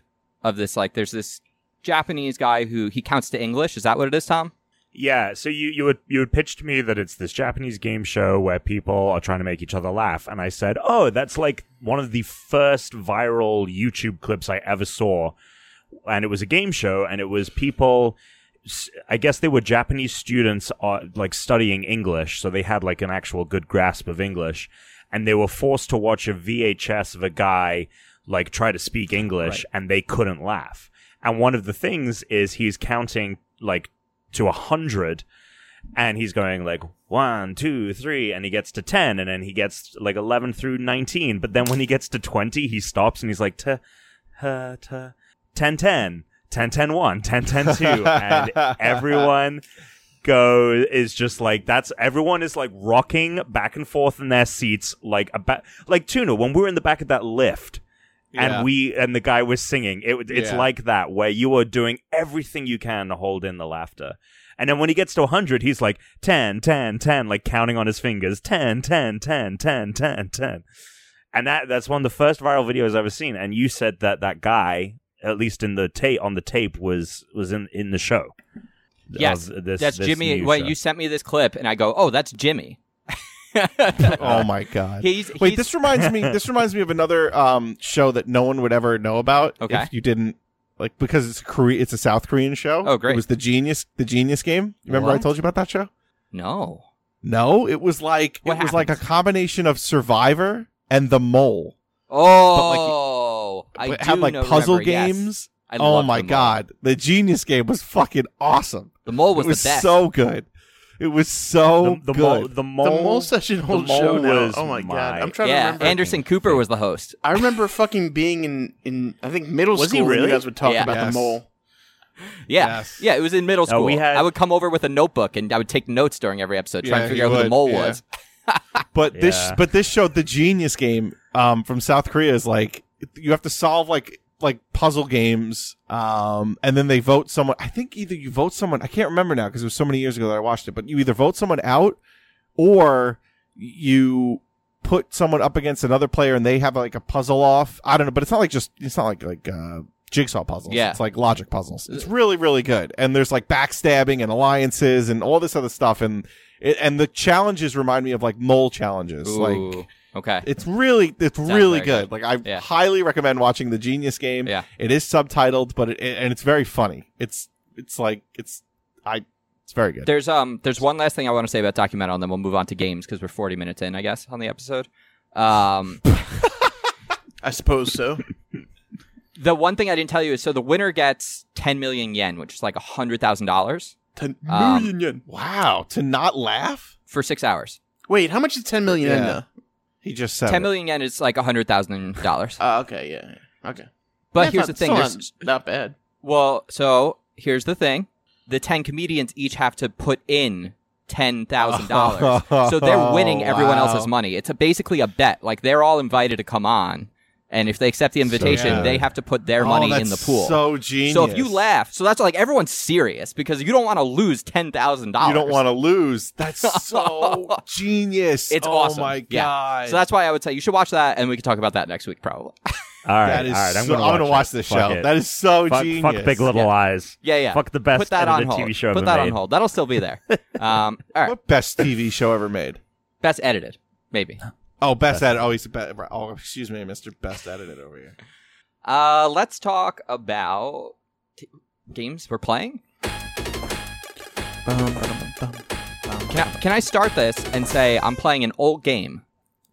A: of this like there's this Japanese guy who he counts to English. Is that what it is, Tom?
D: Yeah, so you you would you would pitch to me that it's this Japanese game show where people are trying to make each other laugh, and I said, "Oh, that's like one of the first viral YouTube clips I ever saw," and it was a game show, and it was people. s- I guess they were Japanese students, uh, like studying English, so they had like an actual good grasp of English, and they were forced to watch a VHS of a guy like try to speak English, and they couldn't laugh. And one of the things is he's counting like to a hundred and he's going like one two three and he gets to 10 and then he gets like 11 through 19 but then when he gets to 20 he stops and he's like "Ta, ha, ta, 10 10 10 10 1 10 10 2 and everyone go is just like that's everyone is like rocking back and forth in their seats like a ba- like tuna when we were in the back of that lift
B: Yeah.
D: and we and the guy was singing. It, it's
B: Yeah.
D: like that where you are doing everything you can to hold in the laughter. And then when he gets to 100, he's like 10, 10, 10, like counting on his fingers 10, 10, 10, 10, 10, 10. And that, that's one of the first viral videos I've ever seen. And you said that that guy, at least in the tape on the tape, was was in, in the show.
A: Yes,
D: Of this-
A: that's
D: this
A: Jimmy.
D: new
A: Wait,
D: show.
A: you sent me this clip, and I go, "Oh, that's Jimmy."
B: oh my god.
A: He's,
B: Wait,
A: he's-
B: this reminds me. This reminds me of another um, show that no one would ever know about
A: Okay.
B: if you didn't like because it's a Korea. It's a South Korean show.
A: Oh, great.
B: It was the genius, the genius game. You Remember I
A: What?
B: told you about that show?
A: no.
B: No, it was like
A: What
B: it was like a
A: happens?
B: combination of Survivor and The Mole.
A: Oh,
B: But
A: I
B: it had
A: do
B: like
A: know-
B: puzzle
A: remember, yes.
B: games.
A: I
B: oh
A: love
B: my
A: the mole.
B: god, the genius game was fucking awesome.
A: the mole was,
B: it was
A: the best.
B: so good. It was so
D: the, the,
B: good.
D: mole, the mole.
C: The mole session whole
D: mole
C: show now.
D: was
C: Oh my, god,
D: my-
C: I'm trying to
A: yeah,
C: remember.
A: Anderson Cooper was the host.
C: I remember fucking being in in I think middle
D: Was he
C: school when you
D: really?
C: guys would talk
A: Yeah.
C: about
B: Yes.
C: the mole.
A: Yeah,
B: Yes.
A: yeah, it was in middle
D: No,
A: school.
D: we had-
A: I would come over with a notebook and I would take notes during every episode, trying
B: Yeah,
A: to figure out
B: you
A: who the
B: would,
A: mole
B: yeah.
A: was.
B: But this
D: Yeah.
B: but this showed the genius game um, from South Korea is like you have to solve like like puzzle games um, and then they vote someone I think either you vote someone I can't remember now because it was so many years ago that I watched it but you either vote someone out or you put someone up against another player and they have like a puzzle off I don't know but it's not like just it's not like like uh, jigsaw puzzles
A: Yeah.
B: it's like logic puzzles it's really really good and there's like backstabbing and alliances and all this other stuff and it, and the challenges remind me of like mole challenges.
A: Ooh,
B: Like
A: okay,
B: it's really it's really
A: very
B: good.
A: good.
B: Like I
A: Yeah.
B: highly recommend watching the Genius Game.
A: Yeah.
B: It is subtitled, but it, and it's very funny. It's it's like it's I it's very good.
A: There's um there's one last thing I want to say about documental, and then we'll move on to games because we're 40 minutes in, I guess, on the episode. Um,
C: I suppose so.
A: the one thing I didn't tell you is so the winner gets 10 million yen, which is like hundred thousand dollars
C: Ten
A: Um,
C: million yen.
B: wow, to not laugh?
A: for six hours.
C: Wait, how much is ten million yen?
B: Yeah.
C: now?
B: He just said
A: 10
B: it. Uh,
A: million yen is like hundred thousand dollars.
C: Oh, okay, yeah, yeah, okay.
A: But
C: That's
A: here's
C: not-
A: the thing:
C: still
A: there's,
C: not, not bad.
A: Well, so here's the thing: the ten comedians each have to put in ten thousand dollars, so they're winning everyone
B: Oh, Wow.
A: else's money. It's a, basically a bet. Like they're all invited to come on, and if they accept the invitation,
B: yeah.
A: they have to put their
B: Oh,
A: money
B: that's
A: in the pool.
B: So genius.
A: So if you laugh, so that's like everyone's serious because you don't want to lose ten thousand dollars.
B: you don't want to lose. That's so genius.
A: It's
B: oh
A: awesome.
B: my
A: Yeah.
B: god.
A: So that's why I would say you should watch that, and we can talk about that next week probably.
D: All right,
B: that is
D: all right. I'm
B: so-
D: gonna watch,
B: I'm gonna
D: it.
B: watch this
D: Fuck
B: show.
D: it.
B: That is so
D: fuck,
B: genius.
D: fuck Big Little
A: Yeah.
D: Eyes.
A: yeah, yeah.
D: Fuck the best
A: Put that on
D: edited
A: hold.
D: TV show
A: Put
D: ever
A: that on
D: made.
A: hold. That'll still be there. Um, all right,
B: What best TV show ever made?
A: best edited, maybe.
B: Oh, best, edit. Oh, he's the best. Oh, excuse me, Mister Best Edited over here.
A: Uh, let's talk about t- games we're playing. Can I, can I start this and say I'm playing an old game?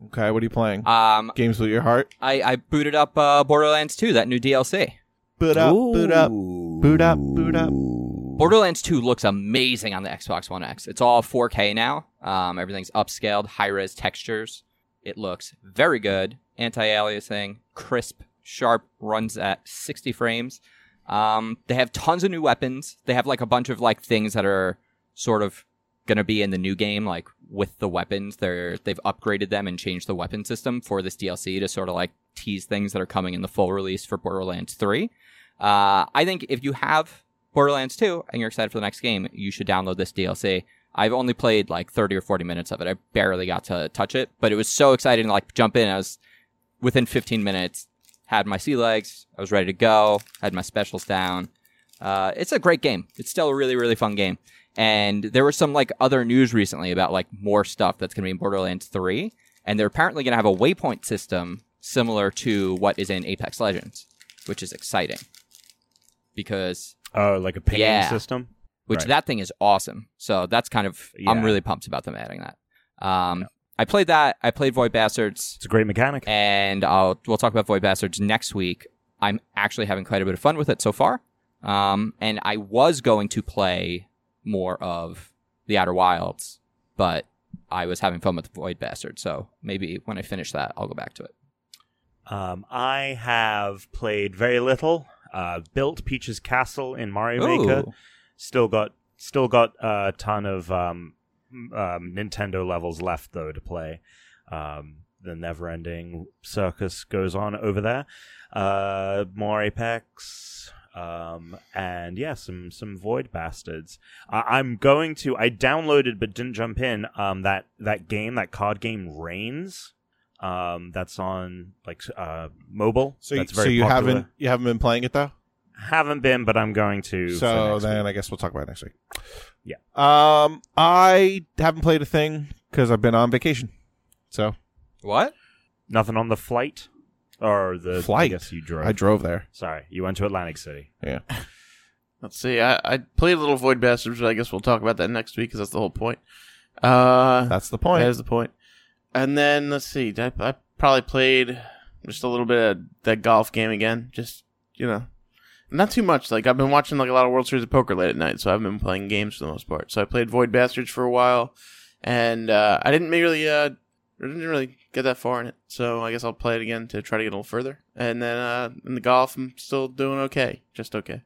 B: Okay, what are you playing?
A: Um,
B: Games with your heart.
A: I, I booted up uh, Borderlands 2, that new DLC.
B: Boot up, boot up, boot up, boot up.
A: Borderlands 2 looks amazing on the Xbox One X. It's all 4K now. Um, everything's upscaled, high res textures. It looks very good. Anti aliasing, crisp, sharp, runs at 60 frames. Um, they have tons of new weapons. They have like a bunch of like things that are sort of going to be in the new game, like with the weapons. They're they've upgraded them and changed the weapon system for this DLC to sort of like tease things that are coming in the full release for Borderlands 3. Uh, I think if you have Borderlands 2 and you're excited for the next game, you should download this DLC. I've only played like 30 or 40 minutes of it. I barely got to touch it, but it was so exciting to like jump in. I was within 15 minutes, had my sea legs. I was ready to go, had my specials down. Uh, it's a great game. It's still a really, really fun game. And there was some like other news recently about like more stuff that's going to be in Borderlands 3. And they're apparently going to have a waypoint system similar to what is in Apex Legends, which is exciting because
D: Oh, like a pinging
A: Yeah.
D: system.
A: which
D: Right.
A: that thing is awesome. So that's kind of I'm
D: Yeah.
A: really pumped about them adding that. Um, I played that. I played Void Bastards,
D: It's a great mechanic.
A: and I'll we'll talk about Void Bastards next week. I'm actually having quite a bit of fun with it so far. Um, and I was going to play more of The Outer Wilds, but I was having fun with Void Bastards. So maybe when I finish that, I'll go back to it.
D: Um, I have played very little. Uh, built Peach's Castle in Mario Maker.
A: Ooh.
D: Still got still got a ton of um, um, Nintendo levels left though to play. Um, the never ending circus goes on over there. Uh, more Apex. Um, and yeah, some some Void Bastards. I- I'm going to. I downloaded but didn't jump in. Um, that that game, that card game, Reigns. Um, that's on like uh mobile.
B: So,
D: that's
B: you, so you haven't you haven't been playing it though.
D: haven't been, but I'm going to. for
B: So
D: next
B: then
D: week.
B: I guess we'll talk about it next week.
D: Yeah.
B: Um, I haven't played a thing because I've been on vacation. So
A: What?
D: nothing on the flight or the
B: Flight?
D: I guess you drove.
B: I drove there.
D: Sorry, you went to Atlantic City.
C: Let's see. I, I played a little Void Bastards, but I guess we'll talk about that next week because that's the whole point. Uh,
B: That's the point.
C: That is the point. And then let's see. I, I probably played just a little bit of that golf game again. Just you know, not too much. Like I've been watching like a lot of World Series of Poker late at night, so I've been playing games for the most part. So I played Void Bastards for a while, and uh, I didn't really, uh, I didn't really get that far in it. So I guess I'll play it again to try to get a little further. And then uh, in the golf, I'm still doing okay, just okay.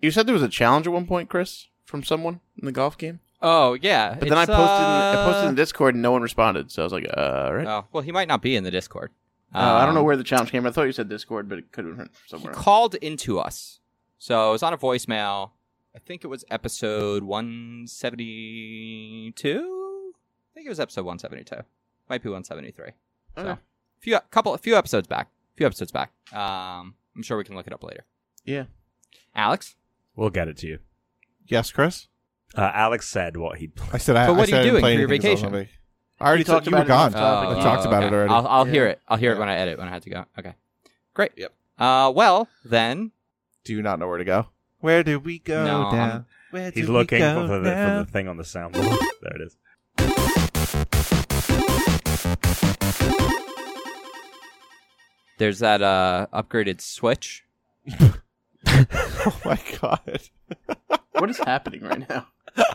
C: You said there was a challenge at one point, Chris, from someone in the golf game.
A: Oh yeah.
C: But then I
A: it's,
C: posted, in, I
A: uh,
C: posted in Discord and no one responded. So I was like, uh, all right.
A: Oh, well, he might not be in the Discord.
C: Uh, I don't
A: Um,
C: know where the challenge came. I thought you said Discord, but it could have been
A: he
C: somewhere. else.
A: called into us. So it was on a voicemail. I think it was episode 172. I think it was episode 172. Might be 173. So
C: Okay.
A: a few a couple a few episodes back. A few episodes back. Um I'm sure we can look it up later.
C: Yeah.
A: Alex?
D: We'll get it to you.
B: yes, Chris.
D: Uh, Alex said what he'd play.
B: I said I.
A: But what
B: I
A: are you
B: said I didn't
A: doing
B: play
A: for your
B: anything 'cause I was on
A: vacation?
B: vac- I already
C: You talked
B: talked you were
C: about it
B: gone.
C: on the topic.
B: I
A: Oh,
B: talked about
A: okay.
B: it already.
A: I'll, I'll
C: Yeah.
A: hear it. I'll hear it
C: Yeah.
A: when I edit when I have to go. Okay. Great.
B: Yep.
A: Uh well, then
B: Do you not know where to go? Where do we go
A: No, I'm-
B: down? Where
D: He's
B: do we
D: looking
B: go
D: for the,
B: now?
D: for the thing on the soundboard. there it is.
A: there's that uh upgraded Switch.
B: Oh my god!
C: what is happening right now?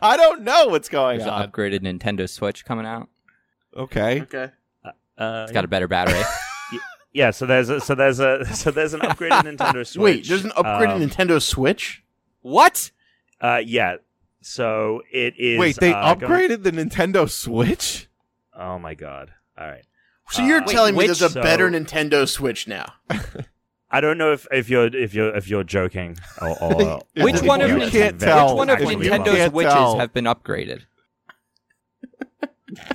B: I don't know what's going
A: There's
B: on.
A: an upgraded Nintendo Switch coming out.
B: Okay.
C: Okay.
D: Uh,
C: Oh,
A: It's got a better battery.
D: yeah, so there's a, so there's a so there's an upgraded Nintendo Switch.
C: Wait, there's an upgraded
D: Um,
C: Nintendo Switch?
A: what?
D: Uh, yeah. So it is.
B: Wait, they
D: uh, going-
B: upgraded the Nintendo Switch?
D: Oh my god! All right.
C: So you're
D: Uh,
C: telling me
A: which-
C: there's a
D: so-
C: better Nintendo Switch now?
D: I don't know if, if you're if you're if you're joking or, or
A: Which one of
D: you
A: Nin-
B: can't
D: actually
B: tell.
A: Which one of
D: actually
B: Nintendo-
A: Nintendo's
B: can't
A: witches
B: tell.
A: have been upgraded?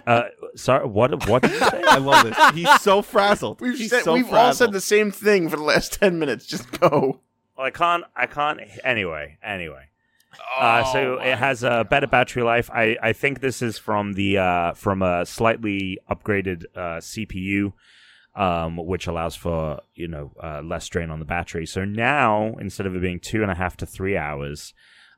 D: Uh, sorry, what what did you say?
B: I love this. He's so frazzled.
C: We've,
B: He's
C: said,
B: so
C: we've all
B: frazzled.
C: said the same thing for the last 10 minutes. Just go.
D: Well, I can't. I can't. Anyway, anyway. Uh,
C: Oh,
D: so it has a better battery life. I, I think this is from the uh, from a slightly upgraded uh, CPU, um, which allows for you know uh, less drain on the battery. So now instead of it being two and a half to three hours,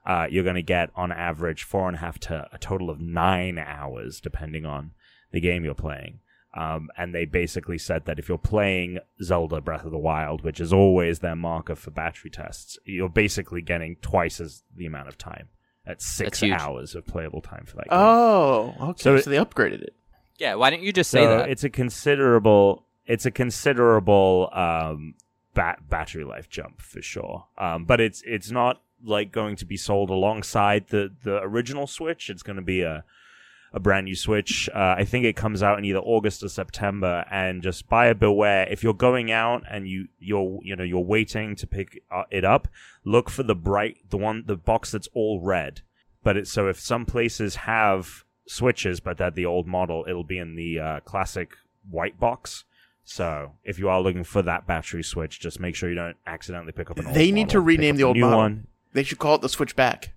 D: uh, you're going to get on average four and a half to a total of nine hours, depending on the game you're playing. Um, and they basically said that if you're playing Zelda Breath of the Wild, which is always their marker for battery tests, you're basically getting twice as the amount of time. That's
A: That's
D: six
A: huge.
D: hours of playable time for that game.
C: Oh, okay.
D: So
C: So,
D: it-
C: they upgraded it.
A: Yeah, why didn't you just
D: so
A: say that?
D: it's a considerable, it's a considerable um, bat- battery life jump for sure. Um, but it's it's not like going to be sold alongside the the original Switch. It's going to be a a brand new Switch. Uh, I think it comes out in either August or September. And just buyer beware. If you're going out and you you're you know you're waiting to pick uh, it up, look for the bright the one the box that's all red. But it's so if some places have switches, but they're the old model, it'll be in the uh, classic white box. So if you are looking for that battery switch, just make sure you don't accidentally pick up an old.
C: They need
D: model,
C: to
D: pick
C: rename
D: up
C: the old
D: new
C: model.
D: one.
C: They should call it the Switchback.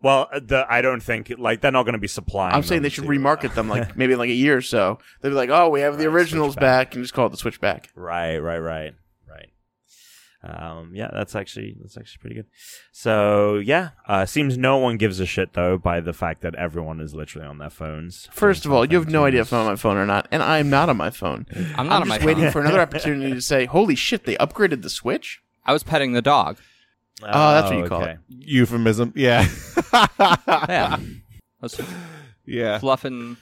D: Well, uh, the, I don't think like they're not going to be supplying.
C: I'm saying
D: them
C: they should
D: to,
C: remarket
D: uh,
C: them like maybe in like a year or so. They'd be like, "Oh, we have the
D: Right,
C: originals
D: Switchback.
C: back," and just call it the Switchback.
D: Right, right, right, right. Um, yeah, that's actually that's actually pretty good. So yeah, uh, seems no one gives a shit though by the fact that everyone is literally on their phones.
C: First of all, you have no idea if I'm on
D: I'm.
C: my phone or not, and I'm not on my phone.
A: I'm not
C: I'm
A: on
C: just
A: my
C: waiting
A: phone.
C: for another opportunity to say, "Holy shit, they upgraded the Switch."
A: I was petting the dog.
C: Oh, that's what you call it.
B: Euphemism. Yeah.
A: Yeah. I was
B: yeah.
A: fluffing.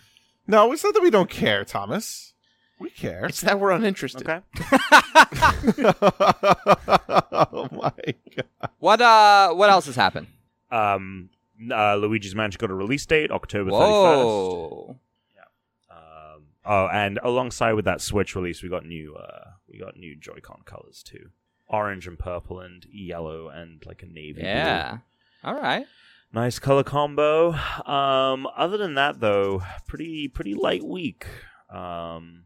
B: No, it's not that we don't care, Thomas. We care.
C: It's that we're uninterested.
D: Okay.
B: oh my god.
A: What uh? What else has happened?
D: Um, uh, Luigi's Mansion got a release date, October thirty first.
A: Whoa!
D: Um, oh, and alongside with that Switch release, we got new uh, we got new Joy-Con colors too, orange and purple and yellow and like a navy. blue.
A: Yeah. All right.
D: nice color combo. Um, other than that, though, pretty pretty light week. Um,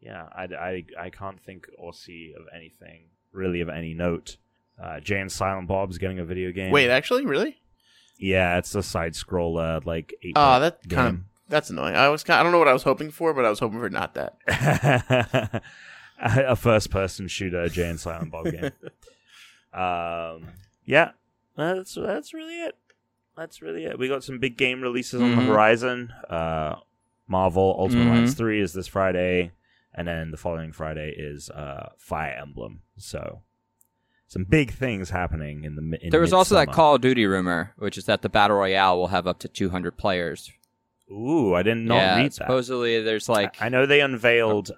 D: yeah, I, I, I can't think or see of anything really of any note. Uh, Jay and Silent Bob's getting a video game.
C: Wait, actually, really?
D: yeah, it's a side scroller like eight.
C: Ah, that kind of that's annoying. I was kind I don't know what I was hoping for, but I was hoping for not that.
D: a a first-person shooter, Jay and Silent Bob game. um, yeah, that's that's really it. That's really it. We got some big game releases on
A: Mhm.
D: the horizon. Uh, Marvel Ultimate
A: Mhm.
D: Alliance Three is this Friday, and then the following Friday is uh, Fire Emblem. So some big things happening in the mi- in
A: There was also that
D: midsummer.
A: Call of Duty rumor, which is that the battle royale will have up to 200 players.
D: Ooh, I did not
A: yeah,
D: read that.
A: supposedly there's like
D: I, I know they unveiled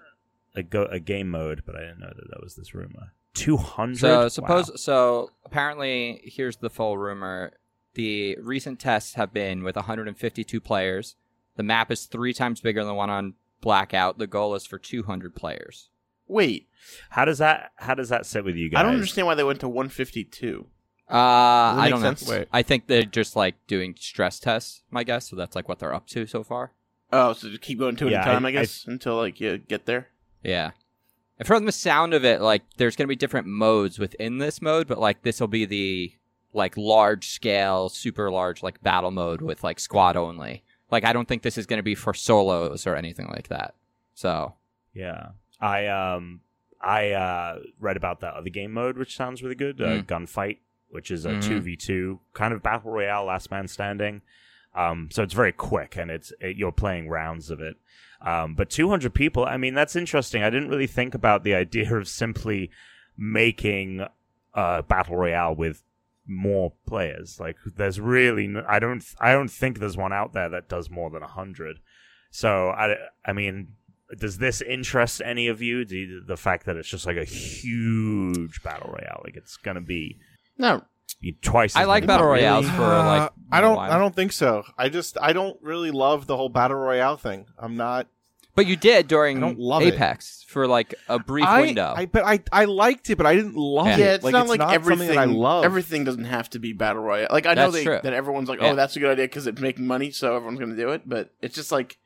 D: a, go- a game mode, but I didn't know that that was this rumor. Two hundred.
A: So suppose so apparently here's the full rumor. The recent tests have been with 152 players. The map is three times bigger than the one on Blackout. The goal is for 200 players.
C: Wait,
D: how does that how does that sit with you guys?
C: I don't understand why they went to 152.
A: Uh, I
C: make
A: don't know.
C: sense? Wait.
A: I think they're just like doing stress tests, my guess. So that's like what they're up to so far.
C: Oh, so just keep going two
D: Yeah,
C: at a time,
D: I-
C: I, guess, until like you get there.
A: Yeah. And from the sound of it, like there's gonna be different modes within this mode, but like this will be the like large scale, super large like battle mode with like squad only. Like I don't think this is gonna be for solos or anything like that. So
D: Yeah, I um I uh read about that other game mode, which sounds really good. Uh,
A: Mm.
D: Gunfight, which is a
A: Mhm.
D: two v two kind of battle royale, last man standing. Um, so it's very quick, and it's it, you're playing rounds of it. Um, but 200 people, I mean, that's interesting. I didn't really think about the idea of simply making a battle royale with more players. Like, there's really, n I don't, I don't think there's one out there that does more than 100. So, I, I mean, does this interest any of you? Do you- the fact that it's just like a huge battle royale, like it's gonna be
C: No,
D: twice.
A: I
D: as
A: like
D: many
A: battle
D: people.
A: royales for like
B: Uh, I don't
A: why-
B: I don't think so. I just I don't really love the whole battle royale thing. I'm not
A: But you did
B: I
A: during
B: don't love it.
A: Apex for like a brief
B: I,
A: window.
B: I but I I liked it, but I didn't love
A: Yeah.
B: it.
A: Yeah,
C: yeah, it's not like
B: something
C: everything
B: that I love.
C: Everything doesn't have to be battle royale. Like I know
A: That's
C: they,
A: true.
C: that everyone's like,
A: Yeah.
C: "Oh, that's a good idea because it's making money, so everyone's going to do it." But it's just like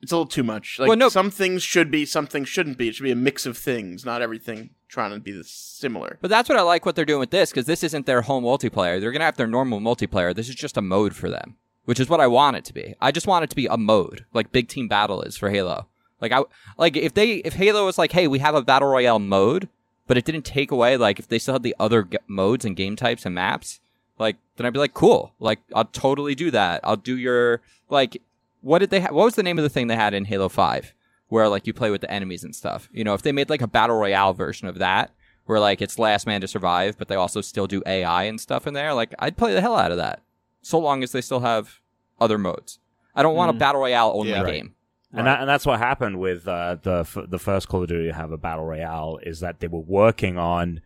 C: it's a little too much. Like
A: Well, no-
C: some things should be, some things shouldn't be. It should be a mix of things, not everything trying to be the similar.
A: but that's what I like what they're doing with this because this isn't their home multiplayer. They're gonna have their normal multiplayer. This is just a mode for them, which is what I want it to be. I just want it to be a mode, like big team battle is for Halo. Like I like if they if Halo was like, hey, we have a battle royale mode, but it didn't take away like if they still had the other g- modes and game types and maps, like then I'd be like, cool, like I'll totally do that. I'll do your like what did they ha- what was the name of the thing they had in Halo Five where like you play with the enemies and stuff? You know, if they made like a battle royale version of that where like it's last man to survive, but they also still do AI and stuff in there, like I'd play the hell out of that. So long as they still have other modes. I don't want a battle royale only
B: Yeah.
A: game.
D: And, that, and that's what happened with uh, the f- the first Call of Duty to have a battle royale is that they were working on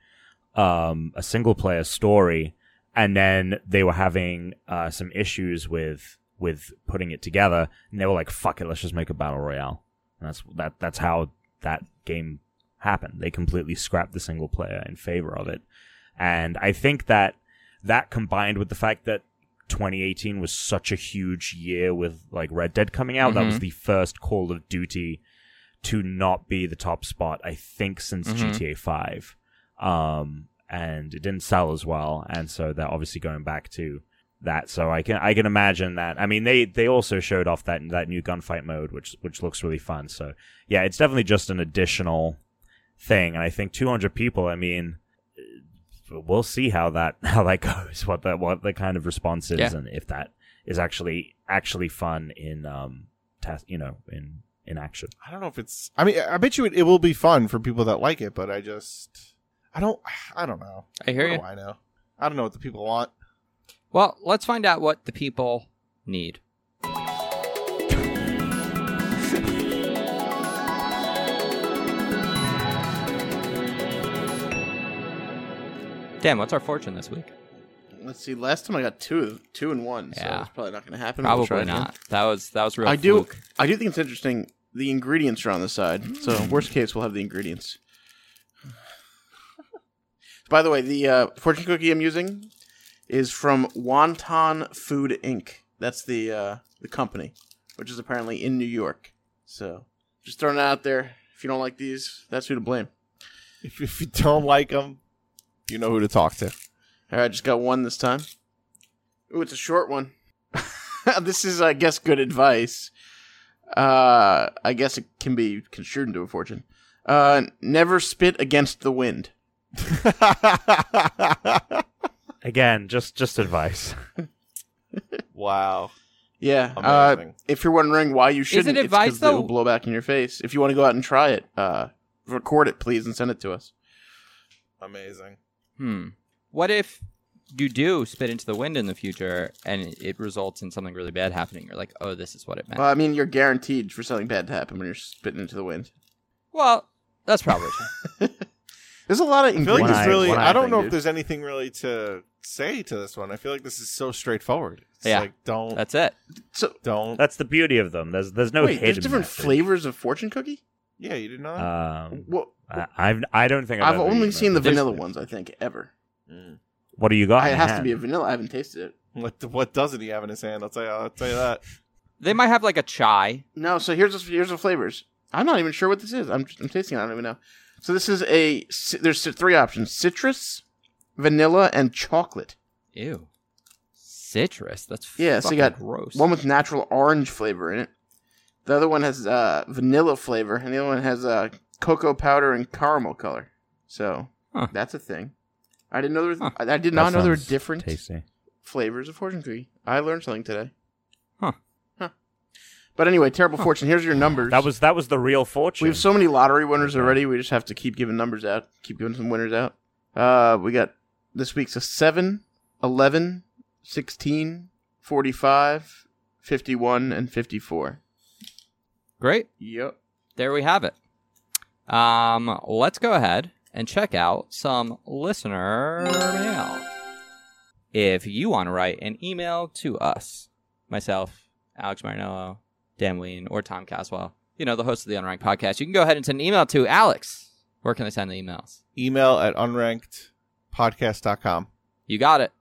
D: um, a single player story, and then they were having uh, some issues with with putting it together, and they were like, "Fuck it, let's just make a battle royale." And that's that. That's how that game happened. They completely scrapped the single player in favor of it, and I think that that combined with the fact that 2018 was such a huge year with like Red Dead coming out, that was the first Call of Duty to not be the top spot. I think since
A: Mhm.
D: GTA 5 um, and it didn't sell as well, and so they're obviously going back to that. So I can I can imagine that. I mean, they they also showed off that that new gunfight mode, which which looks really fun. So yeah, it's definitely just an additional thing, and I think 200 people. I mean, uh, we'll see how that how that goes, what that what the kind of response is,
A: Yeah.
D: and if that is actually actually fun in um test, you know, in in action.
B: I don't know if it's. I mean, I bet you it, it will be fun for people that like it, but I just, I don't, I don't know.
A: I hear
B: what
A: you.
B: do I know? I don't know what the people want.
A: Well, let's find out what the people need. Dan, what's our fortune this week?
C: Let's see. Last time I got two of two and one, so
A: Yeah.
C: it's probably not going to happen. We'll try
A: Probably
C: again.
A: not. That was that was real.
C: I do.
A: fluke.
C: I do think it's interesting. The ingredients are on the side, so worst case, we'll have the ingredients. By the way, the uh, fortune cookie I'm using is from Wonton Food Inc. That's the uh, the company, which is apparently in New York. So just throwing it out there. If you don't like these, that's who to blame.
B: If, if you don't like them, you know who to talk to.
C: All right, just got one this time. Ooh, it's a short one. this is, I guess, good advice. Uh, I guess it can be construed into a fortune. Uh, never spit against the wind.
D: Again, just just advice.
B: wow.
C: Yeah. Uh,
B: Amazing.
C: if you're wondering why you shouldn't, it's
A: advice,
C: 'cause they will
A: though?
C: blow back in your face. If you want to go out and try it, uh, record it, please, and send it to us.
B: Amazing.
A: Hmm. What if you do spit into the wind in the future and it results in something really bad happening? You're like, oh, this is what it meant.
C: Well, I mean, you're guaranteed for something bad to happen when you're spitting into the wind.
A: well, that's probably true.
C: There's a lot of
B: I feel like
C: ingredients.
B: there's
D: eye-
B: really.
D: one
B: I
D: eye
B: don't
C: thing,
B: know if
C: dude.
B: there's anything really to say to this one. I feel like this is so straightforward. It's
A: Yeah.
B: Like don't
A: that's it.
C: So,
B: don't.
D: That's the beauty of them. There's there's no
C: wait,
D: hidden
C: there's different
D: message.
C: flavors of fortune cookie?
B: yeah, you did not.
D: Um,
C: What?
D: I, I've I don't think I've,
C: I've
D: ever
C: only
D: eaten
C: seen the
D: those.
C: vanilla Oh, ones, I think, ever.
B: Mm.
D: What do you got?
C: I-
D: in
C: it has to
D: hand?
C: be a vanilla. I haven't tasted it.
B: What what doesn't he have in his hand? I'll tell you. I'll tell you that.
A: They might have like a chai.
C: No, so here's the, here's the flavors. I'm not even sure what this is. I'm just, I'm tasting it. I don't even know. So this is a ci- there's three options: citrus, vanilla, and chocolate.
A: Ew. Citrus. That's
C: Yeah,
A: yeah.
C: so you got
A: gross.
C: One with natural orange flavor in it. The other one has uh, vanilla flavor, and the other one has uh, cocoa powder and caramel color. So
A: Huh.
C: that's a thing. I didn't know there. Was,
A: Huh.
C: I, I did
D: That
C: not know there were
D: sounds
C: different
D: Tasty.
C: flavors of fortune cookie. I learned something today.
A: Huh.
C: Huh. But anyway, terrible fortune. Here's your numbers.
D: That was that was the real fortune.
C: We have so many lottery winners already. We just have to keep giving numbers out, keep giving some winners out. Uh, we got this week's a 7, 11, 16, 45, 51, and 54.
A: Great.
C: Yep.
A: There we have it. Um, let's go ahead and check out some listener mail. If you want to write an email to us, myself, Alex Marinello, Dan Ween, or Tom Caswell, you know, the host of the Unranked podcast, you can go ahead and send an email to Alex. Where can they send the emails?
B: Email at unrankedpodcast.com.
A: You got it.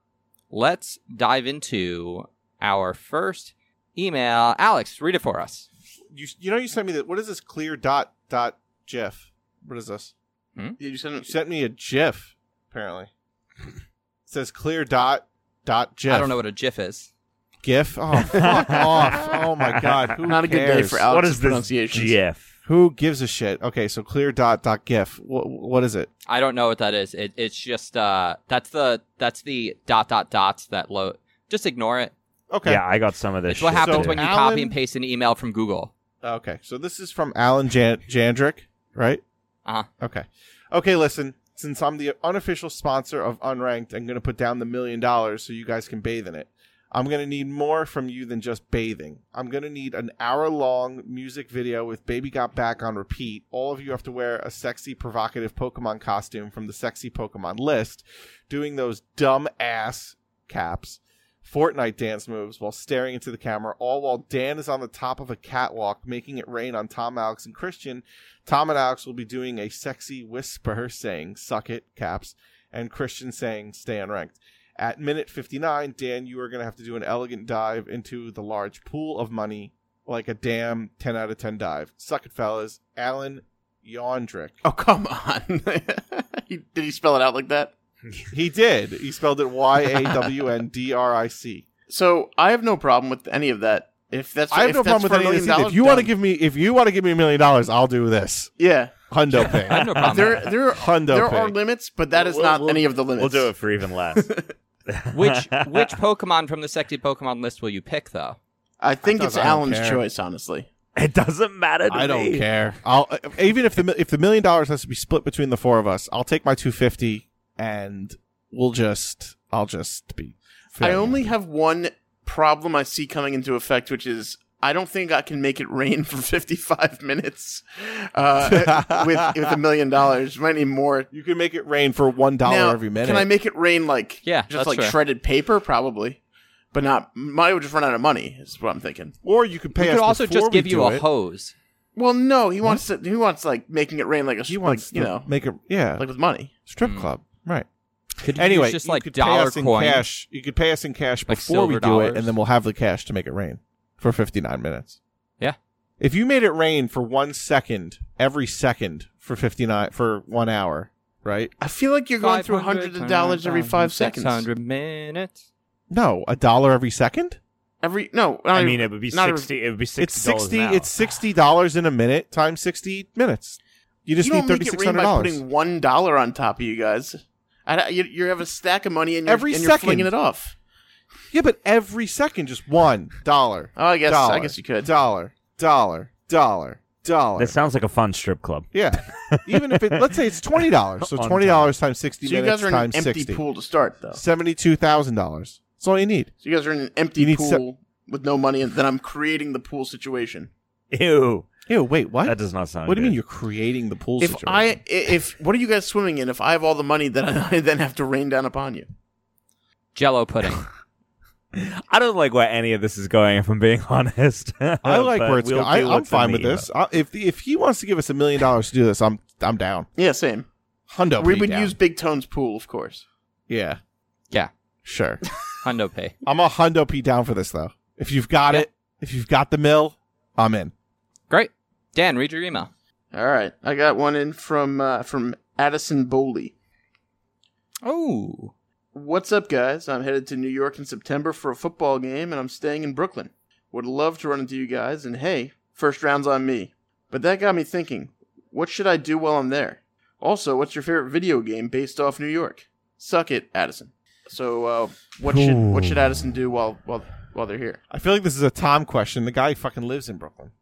A: Let's dive into our first email. Alex, read it for us.
B: You you know you sent me that. What is this clear dot dot GIF? What is this?
C: Did you send
B: You sent me a GIF. Apparently, it says clear dot dot GIF.
A: I don't know what a GIF is.
B: GIF. Oh fuck off! Oh my god! Who
C: Not a good day
B: cares?
C: for Alex's
D: What is this
C: pronunciation.
D: GF?
B: Who gives a shit? Okay, so clear dot dot GIF. What what is it?
A: I don't know what that is. It, it's just uh, that's the that's the dot dot dots that load. Just ignore it.
B: Okay.
D: Yeah, I got some of this.
A: It's what
D: shit,
A: happens
D: too.
A: when you
B: Alan-
A: copy and paste an email from Google.
B: Oh, Okay, so this is from Alan Jan- Jandrick, right?
A: Uh-huh.
B: Okay. Okay, listen, since I'm the unofficial sponsor of Unranked, I'm going to put down the million dollars so you guys can bathe in it. I'm going to need more from you than just bathing. I'm going to need an hour long music video with Baby Got Back on repeat. All of you have to wear a sexy, provocative Pokemon costume from the sexy Pokemon list, doing those dumb ass caps Fortnite dance moves while staring into the camera, all while Dan is on the top of a catwalk making it rain on Tom, Alex, and Christian. Tom and Alex will be doing a sexy whisper saying, suck it, caps, and Christian saying, stay unranked. At minute 59, Dan, you are going to have to do an elegant dive into the large pool of money, like a damn 10 out of 10 dive. Suck it, fellas. Alan Yondrick.
C: Oh, come on. He- Did he spell it out like that?
B: He did. He spelled it Y A W N D R I C.
C: So I have no problem with any of that. If that's
B: I have
C: if
B: no problem
C: that's
B: with
C: for a
B: any of
C: million
B: this either.
C: dollars,
B: If you want to
C: done.
B: give me, if you want to give me a million dollars, I'll do this
C: yeah,
B: hundo
A: I have
B: thing.
A: no problem.
C: there there
B: Hundo
C: there are
B: pig.
C: limits, but that is
D: We'll-
C: not
D: we'll-
C: any of the limits.
D: We'll do it for even less.
A: which which Pokemon from the sexy Pokemon list will you pick though?
C: I think
B: That
C: it's
B: doesn't- I don't
C: Alan's
B: care.
C: choice, honestly.
D: It doesn't matter. To
B: I don't
D: me.
B: care. I'll even if the mi- if the million dollars has to be split between the four of us, I'll take my two fifty and we'll just I'll just be. fair.
C: I only have one problem I see coming into effect, which is I don't think I can make it rain for 55 minutes uh, with with a million dollars. Might need more.
B: you can make it rain for one
C: Now,
B: dollar every minute.
C: Can I make it rain like
A: Yeah,
C: just
A: that's
C: like
A: fair.
C: shredded paper, probably, but not. Money would just run out of money. Is what I'm thinking.
B: or you can pay.
A: We
B: us
A: could also
B: before
A: just
B: we
A: give you
B: do
A: a
B: it.
A: hose.
C: Well, no, he wants to. He wants like making it rain like a.
B: He wants
C: like, you
B: to
C: know
B: make it yeah
C: like with money.
B: strip
A: Mm.
B: club right.
A: Could you
B: Anyway,
A: use just
B: you
A: like
B: could pay
A: dollar
B: us in
A: coin.
B: Cash. You could pay us in cash
A: Like
B: before we
A: silver
B: do it,
A: dollars.
B: and then we'll have the cash to make it rain for fifty nine minutes.
A: Yeah.
B: If you made it rain for one second every second for fifty nine for one hour, right?
C: I feel like you're going through hundreds of dollars every five seconds.
A: Six hundred minutes.
B: No, a dollar every second.
C: Every no,
D: I
C: not
D: mean,
C: even-
D: it would be
C: not even-
D: sixty. It would be sixty.
B: it's sixty.
D: an hour.
B: It's sixty dollars in a minute times sixty minutes. You just
C: you
B: need
C: don't
B: thirty
C: make it
B: six
C: rain
B: hundred
C: by
B: dollars.
C: putting one dollar on top of you guys. I, don't- you, you have a stack of money and you're,
B: Every
C: and you're
B: second.
C: flinging it off.
B: Yeah, but every second, just one dollar.
C: Oh, I guess I
B: dollar,
C: guess you could.
B: Dollar, dollar, dollar, dollar.
F: That sounds like a fun strip club.
B: Yeah. Even if it let's say it's twenty dollars. So
F: On
B: twenty dollars times sixty
C: So you
B: minutes
C: guys are in an
B: times
C: empty
B: sixty.
C: pool to start, though. So
B: Seventy two thousand dollars. That's all you need.
C: you guys are in an
B: You
C: empty
B: need
C: pool
B: se-
C: with no money, and then I'm creating the pool situation.
D: Ew.
B: Ew, wait, what?
D: That does not sound.
B: what do you mean
D: good.
B: you're creating the pool
C: If
B: situation?
C: I i- if what are you guys swimming in? If I have all the money that I then have to rain down upon you,
A: Jello pudding.
D: I don't like where any of this is going. If I'm being honest,
B: I like
D: But
B: where it's
D: we'll
B: going. I,
D: do
B: I'm
D: what's in
B: fine
D: the
B: with this. I, if if he wants to give us a million dollars to do this, I'm I'm down.
C: yeah, same.
B: Hundo,
C: we
B: pig
C: would
B: down.
C: use Big Tone's pool, of course.
B: yeah,
A: Yeah.
B: sure.
A: Hundo pay.
B: I'm a hundo p down for this though. If you've got
A: Yeah.
B: it, if you've got the mill, I'm in.
A: Great. Dan, read your email.
C: All right, I got one in from uh, from Addison Bowley.
A: Oh.
C: What's up, guys? I'm headed to New York in September for a football game, and I'm staying in Brooklyn. Would love to run into you guys, and hey, first round's on me. But that got me thinking what should I do while I'm there? Also, what's your favorite video game based off New York? Suck it, Addison. So, uh, what should what should Addison do while while while they're here?
B: I feel like this is a Tom question. The guy fucking lives in Brooklyn.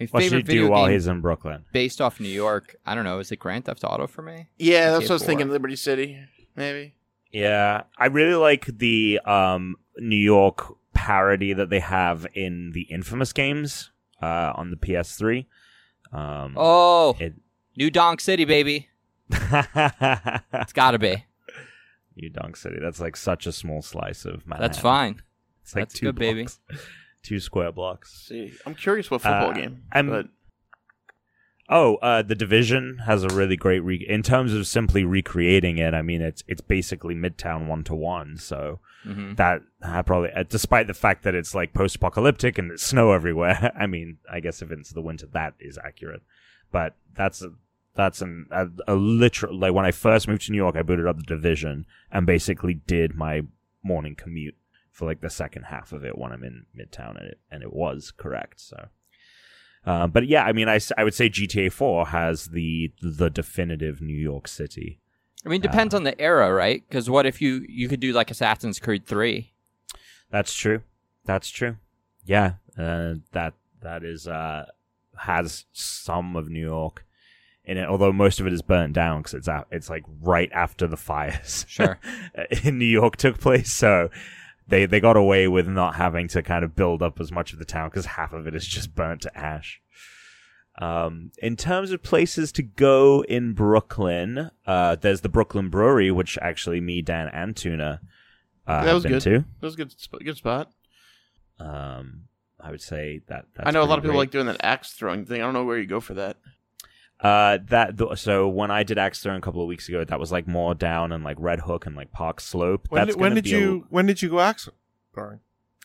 A: My
D: What should
A: favorite
D: you
A: video
D: do while
A: game
D: he's in Brooklyn?
A: based off New York. I don't know. Is it Grand Theft Auto for me?
C: Yeah, that's
A: Okay,
C: what I was
A: four.
C: thinking. Liberty City, maybe.
D: Yeah, I really like the um, New York parody that they have in the Infamous games uh, on the PS3.
B: Hmm.
D: Um,
A: Oh,
D: It-
A: New Donk City, baby. It's got to be.
D: New Dunk City. That's like such a small slice of Manhattan.
A: That's fine.
D: It's like
A: That's
D: two
A: good, baby.
D: blocks, two square blocks.
C: See, I'm curious what football
D: Uh,
C: game.
D: I'm-
C: but
D: Oh, uh, the division has a really great re- in terms of simply recreating it. I mean, it's it's basically Midtown one to one. So
A: hmm
D: that uh, probably, uh, despite the fact that it's like post apocalyptic and it's snow everywhere. I mean, I guess if it's the winter, that is accurate. But that's a, that's an a, a literal like when I first moved to New York, I booted up the division and basically did my morning commute for like the second half of it when I'm in Midtown, and it and it was correct. So. Uh, but yeah, I mean, I, s- I would say GTA 4 has the the definitive New York City.
A: I mean, depends on the era, right? Because what if you you could do like Assassin's Creed Three?
D: That's true. That's true. Yeah, uh, that that is uh, has some of New York in it, although most of it is burnt down because it's out, it's like right after the fires
A: Sure.
D: in New York took place. So they they got away with not having to kind of build up as much of the town because half of it is just burnt to ash. Um, in terms of places to go in Brooklyn, uh, there's the Brooklyn Brewery, which actually me, Dan, and Tuna Uh,
C: That
D: I've
C: was
D: been
C: good.
D: to.
C: That was a good, sp- good spot.
D: Um, I would say that. That's
C: I know a lot of people
D: pretty great.
C: like doing that axe throwing thing. I don't know where you go for that.
D: Uh, that th- so when I did axe throwing a couple of weeks ago, that was like more down and like Red Hook and like Park Slope.
B: When
D: That's
B: did, when
D: gonna
B: did
D: be a-
B: you when did you go axe? Sorry.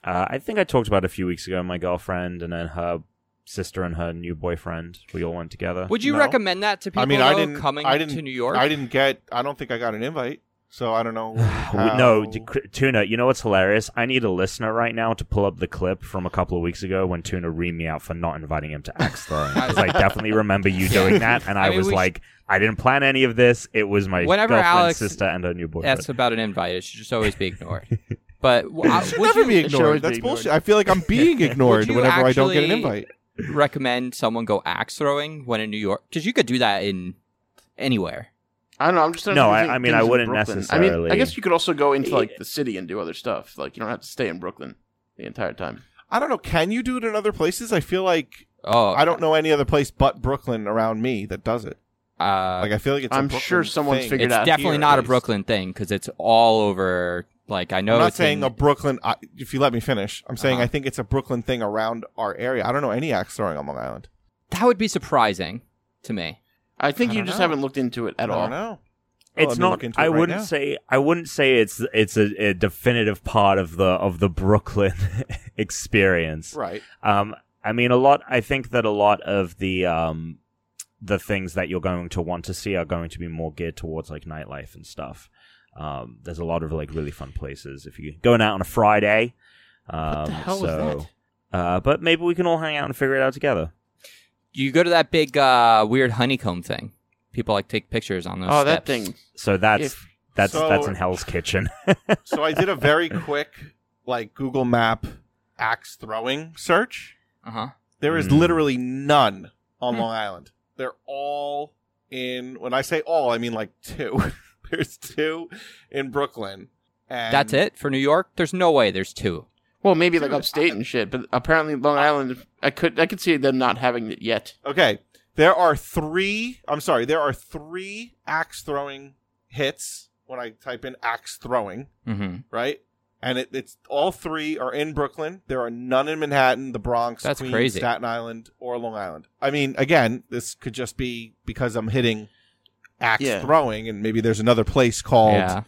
D: uh, I think I talked about it a few weeks ago. My girlfriend and then her sister and her new boyfriend. We all went together.
A: Would you
B: Uh, No.
A: recommend that to people?
B: I mean, I
A: though,
B: didn't.
A: coming
B: I didn't,
A: to New York.
B: I didn't get. I don't think I got an invite, so I don't know.
D: We- No,
B: how-
D: d- cr- Tuna, you know what's hilarious? I need a listener right now to pull up the clip from a couple of weeks ago when Tuna reamed me out for not inviting him to axe throwing. Because I definitely remember you doing that, and I,
A: I mean,
D: was
A: we sh-
D: like, I didn't plan any of this. It was my
A: Whenever
D: girlfriend's
A: Alex
D: sister and her new boyfriend.
A: That's about an invite. It should just always be ignored. But w- I-
B: It should
A: would
B: never
A: you,
B: be
C: it should always
B: ignored.
C: be
B: That's
C: ignored.
B: bullshit. I feel like I'm being ignored
A: you
B: whenever I don't get
A: actually-
B: an invite.
A: recommend someone go axe throwing when in New York? Because you could do that in anywhere.
C: I don't know. I'm just trying
D: No,
C: to
D: I-
C: think
D: I mean,
C: things
D: I
C: in
D: wouldn't
C: Brooklyn. I mean, I
D: necessarily-
C: guess you could also go into like the city and do other stuff. Like you don't have to stay in Brooklyn the entire time.
B: I don't know. Can you do it in other places? I feel like
A: Oh,
B: I don't know any other place but Brooklyn around me that does it.
A: Uh,
B: Like I feel like it's. a
C: I'm
B: Brooklyn
C: sure someone's
B: thing.
C: figured
A: it's
C: out
A: definitely
B: here,
A: not
B: at
A: a
B: least.
A: Brooklyn thing because it's all over. Like I know.
B: I'm not
A: it's
B: saying
A: in-
B: a Brooklyn. I, if you let me finish, I'm saying
A: Uh-huh.
B: I think it's a Brooklyn thing around our area. I don't know any axe throwing on Long Island.
A: that would be surprising to me.
C: I think
B: I
C: you
B: don't
C: just
B: know.
C: haven't looked into it at
B: I
C: all.
B: don't know. Well,
D: it's
B: let me
D: not.
B: look into it
D: I
B: right
D: wouldn't
B: now.
D: say. I wouldn't say it's it's a, a definitive part of the of the Brooklyn experience.
B: Right.
D: Um, I mean, a lot. I think that a lot of the um, the things that you're going to want to see are going to be more geared towards like nightlife and stuff. Um, there's a lot of like really fun places if you're going out on a Friday. Um,
C: the hell
D: so,
C: was
D: Uh, but maybe we can all hang out and figure it out together.
A: You go to that big uh, weird honeycomb thing. People like take pictures on those.
C: Oh, that
A: steps.
C: thing.
D: So that's
C: If-
D: that's
B: So-
D: that's in Hell's Kitchen.
B: so I did a very quick like Google Map axe throwing search.
A: Uh huh.
B: There is
D: Hmm.
B: literally none on
A: Hmm.
B: Long Island. They're all in. When I say all, I mean like two. There's two in Brooklyn. And
A: That's it for New York. There's no way. There's two.
C: Well, maybe like upstate and shit, but apparently Long Island. I could I could see them not having it yet.
B: Okay. There are three. I'm sorry. There are three axe throwing hits when I type in axe throwing,
A: Mm-hmm.
B: right? And it, it's all three are in Brooklyn. There are none in Manhattan, the Bronx,
A: That's
B: Queens,
A: crazy.
B: Staten Island, or Long Island. I mean, again, this could just be because I'm hitting axe
C: Yeah.
B: throwing, and maybe there's another place called
A: Yeah,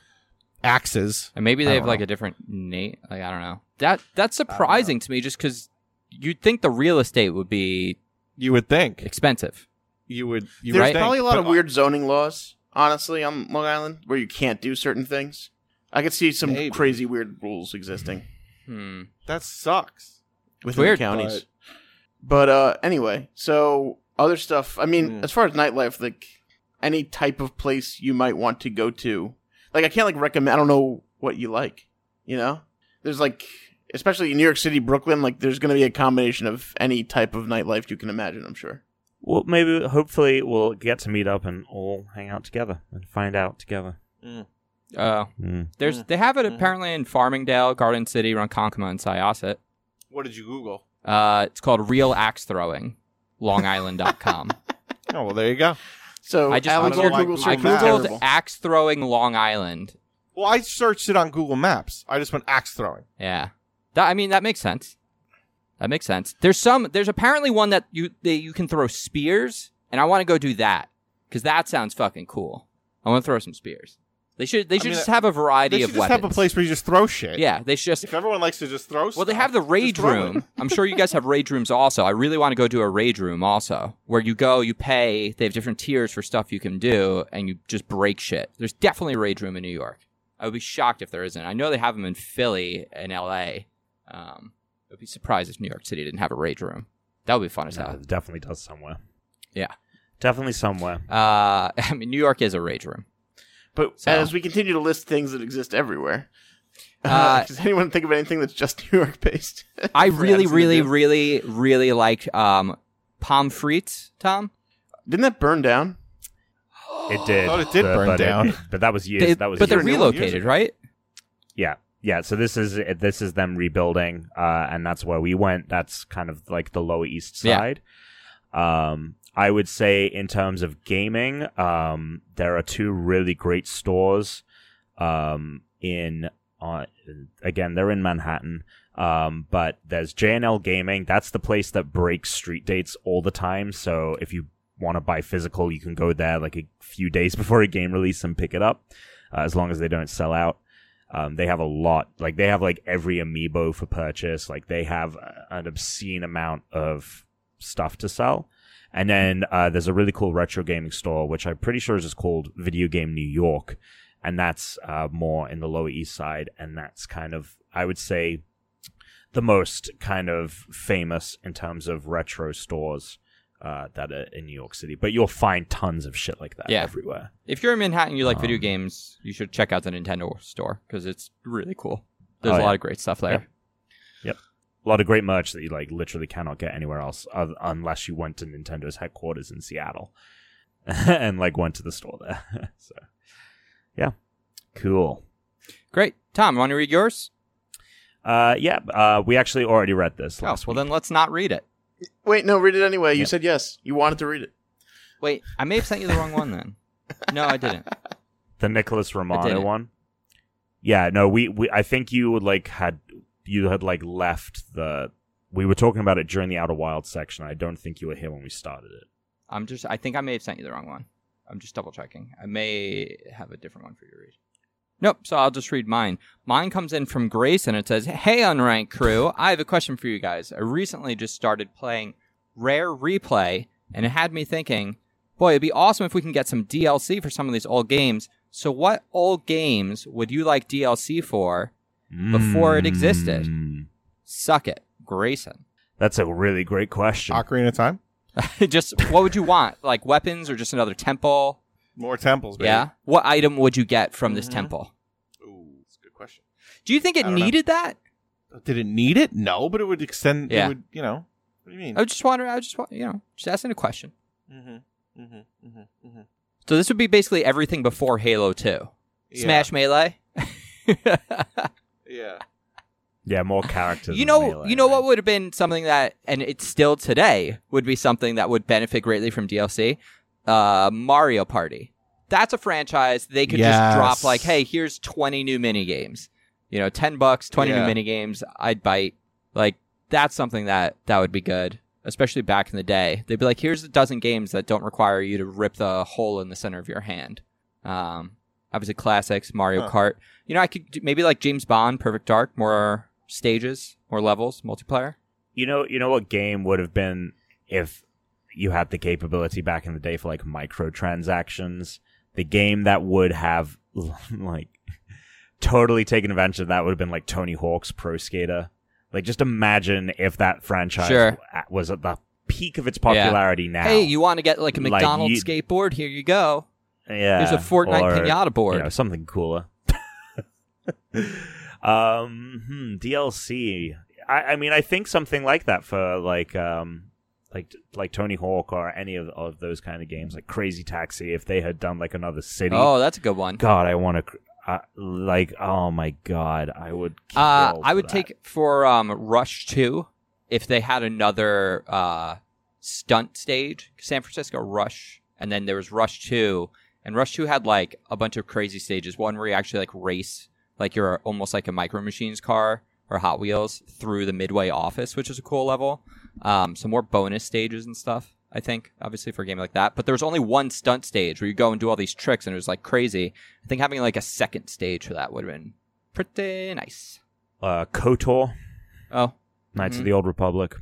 B: axes.
A: and maybe
B: I
A: they have
B: don't
A: like
B: know.
A: a different name. Like I don't know. That that's surprising to me, just because you'd think the real estate would be
B: You would think
A: expensive.
B: you would. You
C: There's
B: would think,
C: probably a lot
B: but-
C: of weird zoning laws, honestly, on Long Island where you can't do certain things. I could see some
B: Maybe.
C: crazy weird rules existing
A: Hmm.
B: That sucks.
C: within
A: weird,
C: the counties. But, uh, anyway, so other stuff. I mean,
B: Mm.
C: as far as nightlife, like any type of place you might want to go to, like I can't like recommend. I don't know what you like. You know, there's like especially in New York City, Brooklyn. Like there's going to be a combination of any type of nightlife you can imagine. I'm sure.
D: well, maybe hopefully we'll get to meet up and all hang out together and find out together.
A: Uh,
D: Mm.
A: there's they have it apparently in Farmingdale, Garden City, Ronkonkoma, and Syosset.
B: What did you Google?
A: Uh, it's called Real Axe Throwing, LongIsland.com.
B: Oh well, there you go.
C: So
A: I just-
C: Alan's
A: I don't
C: Google
B: like
A: I
C: search
B: Google
C: was
B: Maps.
A: googled
C: terrible.
A: axe throwing Long Island.
B: Well, I searched it on Google Maps. I just went axe throwing.
A: Yeah, that I mean that makes sense. That makes sense. There's some. There's apparently one that you that you can throw spears, and I want to go do that because that sounds fucking cool. I want to throw some spears. They should. They should
B: mean,
A: just have a variety
B: They
A: of
B: should just
A: weapons.
B: have a place where you just throw shit.
A: Yeah, they should just.
B: If everyone likes to just throw
A: Well, they have the rage room. I'm sure you guys have rage rooms also. I really want to go do a rage room also, where you go, you pay. They have different tiers for stuff you can do, and you just break shit. There's definitely a rage room in New York. I would be shocked if there isn't. I know they have them in Philly and L.A. Um, I would be surprised if New York City didn't have a rage room. That would be fun as
D: No,
A: hell.
D: it definitely does somewhere.
A: Yeah.
D: Definitely somewhere.
A: Uh, I mean, New York is a rage room.
C: But
A: So-
C: as we continue to list things that exist everywhere,
A: Uh,
C: does anyone think of anything that's just New York based?
A: I
C: For
A: really,
C: Amsterdam.
A: really, really, really like um, pommes frites, Tom.
C: Didn't that burn down?
D: It did.
B: thought it did
D: but-
B: burn
D: but
B: down.
D: it- but that was years.
A: They-
D: that was
A: but they're
D: years.
B: years ago.
A: relocated, right?
D: Yeah, yeah. So this is this is them rebuilding, uh, and that's where we went. That's kind of like the Lower East
A: Yeah.
D: Side. Um, I would say in terms of gaming, um, there are two really great stores um, in Uh, again, they're in Manhattan. Um, but there's JNL Gaming. That's the place that breaks street dates all the time. So if you want to buy physical, you can go there like a few days before a game release and pick it up, uh, as long as they don't sell out. Um, they have a lot, like they have like every amiibo for purchase. Like they have uh, an obscene amount of stuff to sell. And then uh, there's a really cool retro gaming store, which I'm pretty sure is just called Video Game New York, and that's uh, more in the Lower East Side, and that's kind of I would say the most kind of famous in terms of retro stores uh, that are in New York City. But you'll find tons of shit like that
A: Yeah.
D: everywhere.
A: If you're in Manhattan, you like video
D: Um,
A: games, you should check out the Nintendo store because it's really cool. There's
D: Oh,
A: a
D: yeah.
A: lot of great stuff there.
D: Yeah. A lot of great merch that you like literally cannot get anywhere else, oth- unless you went to Nintendo's headquarters in Seattle and like went to the store there. so, yeah, cool.
A: Great, Tom. Want to read yours?
D: Uh, yeah, uh, we actually already read this
A: Oh,
D: last
A: well
D: week.
A: then let's not read it.
C: Wait, no, read it anyway. You
D: Yeah.
C: said yes. You wanted to read it.
A: Wait, I may have sent you the wrong one then. No, I didn't.
D: the Nicholas Romano
A: didn't.
D: one. Yeah, no, we, we I think you would like had you had like left the we were talking about it during the Outer Wild section. I don't think you were here when we started it.
A: I'm just. I think I may have sent you the wrong one. I'm just double checking. I may have a different one for you to read. Nope. So I'll just read mine. Mine comes in from Grace, and it says, "Hey, unranked crew. I have a question for you guys. I recently just started playing Rare Replay, and it had me thinking, boy, it'd be awesome if we can get some DLC for some of these old games. So, what old games would you like DLC for? Before it existed.
D: Mm.
A: Suck it, Grayson.
D: That's a really great question.
B: Ocarina of Time,
A: just what would you want? Like weapons, or just another temple?
B: more temples. Baby.
A: Yeah. What item would you get from this
C: Mhm.
A: temple?
B: Ooh, that's a good question.
A: Do you think it
B: I don't know.
A: needed that?
B: Oh, Did it need it? No, but it would extend. It
A: Yeah. Oh.
B: would, you know. What do you mean?
A: I was just wondering. I was just wa- you know just asking a question.
B: Mm-hmm. Mm-hmm. Mm-hmm. Mm-hmm.
A: So this would be basically everything before Halo Two, Smash Melee.
B: Yeah.
D: Yeah, more characters.
A: you
D: in
A: know,
D: Melee,
A: you know what
D: right?
A: would have been something that, and it's still today would be something that would benefit greatly from DLC. Uh, Mario Party. That's a franchise they could just drop
B: Yes.
A: like, hey, here's twenty new mini games. You know, ten bucks, twenty new
B: Yeah.
A: mini games. I'd bite. Like that's something that that would be good, especially back in the day. They'd be like, here's a dozen games that don't require you to rip the hole in the center of your hand. Um, obviously classics, Mario
B: Huh.
A: Kart. You know, I could do maybe like James Bond, Perfect Dark, more stages, more levels, multiplayer.
D: You know, you know what game would have been if you had the capability back in the day for like microtransactions. The game that would have like totally taken advantage of that would have been like Tony Hawk's Pro Skater. Like, just imagine if that franchise
A: Sure.
D: wa- was at the peak of its popularity now.
A: Hey, you want to get like a
D: Like,
A: McDonald's
D: you-
A: skateboard? Here you go.
D: yeah,
A: There's a Fortnite
D: or-
A: pinata board.
D: you know, something cooler. um, hmm, DLC. I, I mean, I think something like that for like, um, like, like Tony Hawk or any of, of those kind of games, like Crazy Taxi. If they had done like another city,
A: oh, that's a good one.
D: God, I want to. Uh, like, oh my God, I would. Kill
A: Uh, I
D: for
A: would
D: that.
A: take for um, Rush 2 if they had another uh, stunt stage, San Francisco Rush, and then there was Rush 2, and Rush 2 had like a bunch of crazy stages. One where you actually like race, like you're almost like a Micro Machines car or Hot Wheels through the Midway office, which is a cool level. Um, some more bonus stages and stuff, I think, obviously for a game like that. But there was only one stunt stage where you go and do all these tricks, and it was like crazy. I think having like a second stage for that would have been pretty nice.
D: uh, Kotor,
A: Oh,
D: Knights
A: Mhm.
D: of the Old Republic.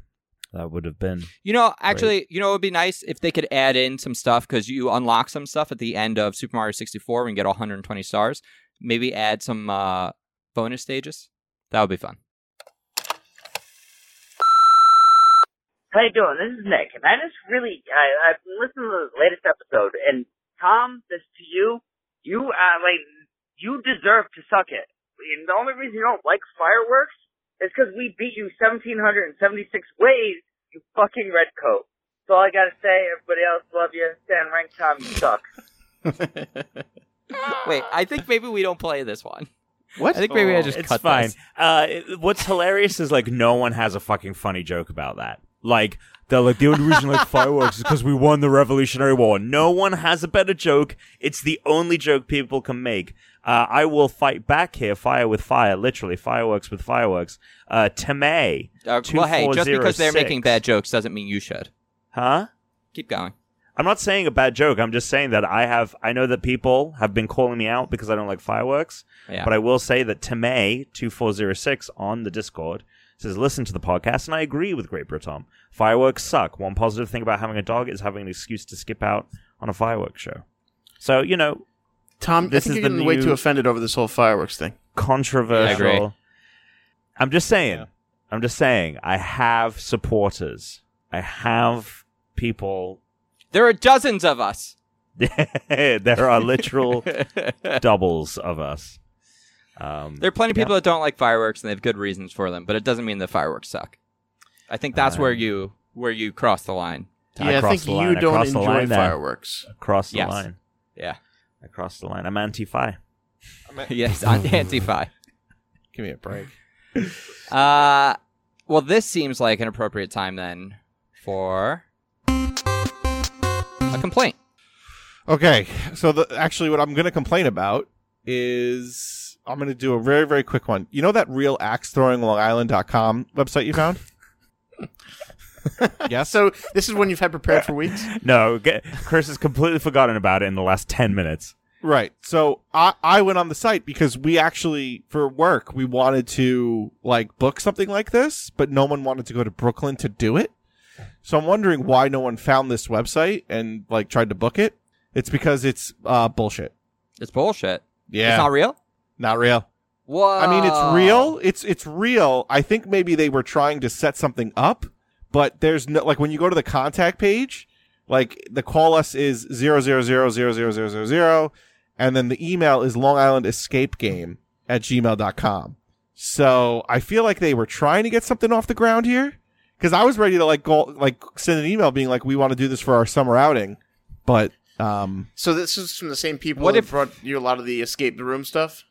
D: That would have been.
A: you know, actually, you know, it would be nice if they could add in some stuff because you unlock some stuff at the end of Super Mario 64 when you get all 120 stars. Maybe add some uh, bonus stages. That would be fun.
G: How you doing? This is Nick, and I just really I, I've been listening to the latest episode, and Tom, this to you, you uh, like you deserve to suck it. And the only reason you don't like fireworks is because we beat you seventeen hundred and seventy six ways, you fucking redcoat. That's all I gotta say. Everybody else, love you. Stan Rank Tom, you suck.
A: Wait, I think maybe we don't play this one.
C: What?
A: I think maybe I just
D: it's
A: cut
D: fine.
A: this.
D: Uh, it- what's hilarious is like no one has a fucking funny joke about that. Like they're like the only reason like fireworks is because we won the Revolutionary War. No one has a better joke. It's the only joke people can make. Uh, I will fight back here, fire with fire, literally fireworks with fireworks. Uh, Tame,
A: Uh, well, hey, just because they're making
D: 2406.
A: bad jokes doesn't mean you should.
D: huh?
A: Keep going.
D: I'm not saying a bad joke. I'm just saying that I have. I know that people have been calling me out because I don't like fireworks.
A: Yeah.
D: But I will say that Tame two four zero six on the Discord says, "Listen to the podcast," and I agree with Great Britom. Fireworks suck. One positive thing about having a dog is having an excuse to skip out on a fireworks show. So you know,
C: Tom,
D: This
C: I think
D: is
C: you're
D: the
C: getting way
D: new-
C: too offended over this whole fireworks thing.
D: controversial.
A: Yeah, I agree.
D: I'm just saying. I'm just saying. I have supporters. I have people.
A: There are dozens of us.
D: there are literal doubles of us. Um,
A: There are plenty of people that don't like fireworks and they have good reasons for them, but it doesn't mean the fireworks suck. I think that's
D: Uh.
A: where you where you cross the line.
D: I
C: yeah, I
D: crossed
C: think
D: the
C: you
D: line. I
C: don't
D: crossed the
C: enjoy
D: line there.
C: fireworks.
D: across the
A: Yes.
D: line.
A: Yeah.
D: Across the line. I'm anti-fi.
A: yes, on Antifa.
B: Give me a break.
A: Uh well this seems like an appropriate time then for a complaint.
B: Okay, so the, actually, what I'm going to complain about is I'm going to do a very, very quick one. You know that real axe throwing Long Island.com website you found? yes.
C: Uh, So this is one you've had prepared for weeks.
D: No, get, Chris has completely forgotten about it in the last ten minutes.
B: Right. So I, I went on the site because we actually for work we wanted to like book something like this, but no one wanted to go to Brooklyn to do it. So I'm wondering why no one found this website and like tried to book it. It's because it's uh bullshit.
A: It's bullshit.
B: Yeah.
A: It's not real?
B: not real.
A: Whoa.
B: I mean, it's
A: Oh.
B: real. It's it's real. I think maybe they were trying to set something up, but there's no like when you go to the contact page, like the call us is zero zero zero zero zero zero zero zero, and then the email is Long Island Escape Game at gmail.com. So I feel like they were trying to get something off the ground here because I was ready to like go like send an email being like we want to do this for our summer outing, but um
C: So this is from the same people
A: What
C: what
A: if-
C: that brought you a lot of the escape the room stuff.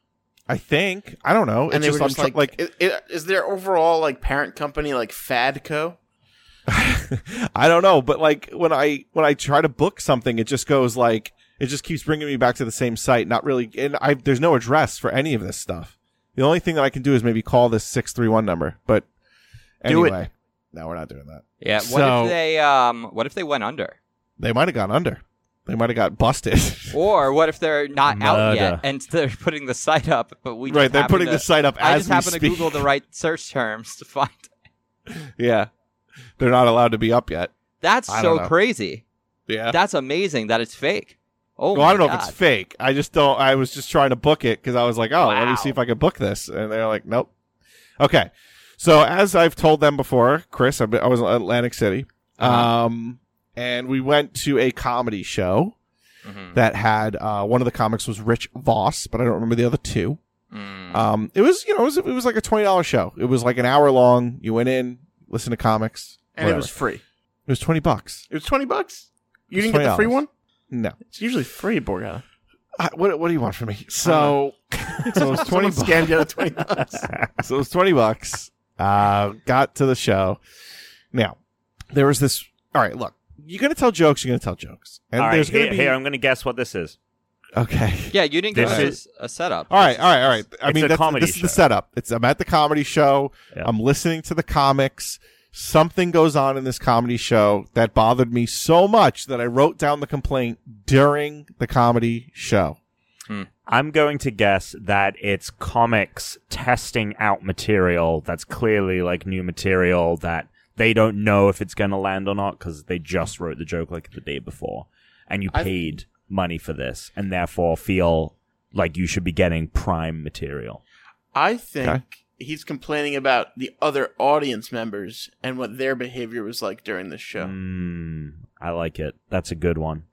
B: I think I don't know.
C: and
B: It's
C: they were
B: I'm
C: just
B: tr-
C: like, i- i- is their overall like parent company like Fadco?
B: I don't know, but like when I when I try to book something, it just goes like it just keeps bringing me back to the same site. Not really, and I there's no address for any of this stuff. The only thing that I can do is maybe call this six three one number. But
C: Do it.
B: anyway, no, we're not doing that.
A: Yeah, what
B: So-
A: if they um what if they went under?
B: They might have gone under. They might have got busted.
A: Or what if they're not out yet
D: Murder.
A: and they're putting the site up, but we just
B: right, they're
A: happen
B: putting
A: to-
B: the site up
A: I just
B: as we
A: happen to
B: speak.
A: Google the right search terms to find.
B: yeah, they're not allowed to be up yet.
A: That's
B: I
A: so
B: don't know.
A: crazy.
B: Yeah.
A: That's amazing that it's fake. Oh,
B: well, I don't
A: my
B: know if
A: God.
B: it's fake. I just don't. I was just trying to book it because I was like, oh, let
A: Wow.
B: me see if I can book this, and they're like, nope. Okay, so as I've told them before, Chris, I've been, I was in Atlantic City, um, and we went to a comedy show that had uh, one of the comics was Rich Voss, but I don't remember the other two.
A: Mm. Mm-hmm.
B: Um, it was you know it was, it was like a twenty dollars show. It was like an hour long. You went in, listened to comics,
C: And
B: whatever.
C: it was free.
B: it was twenty bucks.
C: It was twenty bucks.
B: It
C: You
B: was
C: didn't get the free
B: $20.
C: one.
B: No,
C: It's usually free at Borgata.
B: I, what what do you want from me? So, so it was twenty
C: Someone
B: bucks.
C: scammed you out of twenty bucks.
B: so it was 20 bucks. Uh, got to the show. Now, there was this. All right, look, you're going to tell jokes, you're going to tell jokes. And
D: all right,
B: there's going
D: here,
B: to be.
D: here I'm going to guess what this is.
B: okay.
A: Yeah, you didn't give
D: This
A: us
D: is-
A: a setup.
B: All right, all right, all right. I
D: It's
B: mean,
D: a
B: that's,
D: comedy
B: this is the
D: show.
B: setup. It's I'm at the comedy show.
D: Yeah.
B: I'm listening to the comics. Something goes on in this comedy show that bothered me so much that I wrote down the complaint during the comedy show.
D: I'm going to guess that it's comics testing out material that's clearly like new material that they don't know if it's going to land or not because they just wrote the joke like the day before, and you
C: I-
D: paid money for this, and therefore feel like you should be getting prime material.
C: I think
B: Okay.
C: he's complaining about the other audience members and what their behavior was like during this show.
D: Mm, I like it. That's a good one.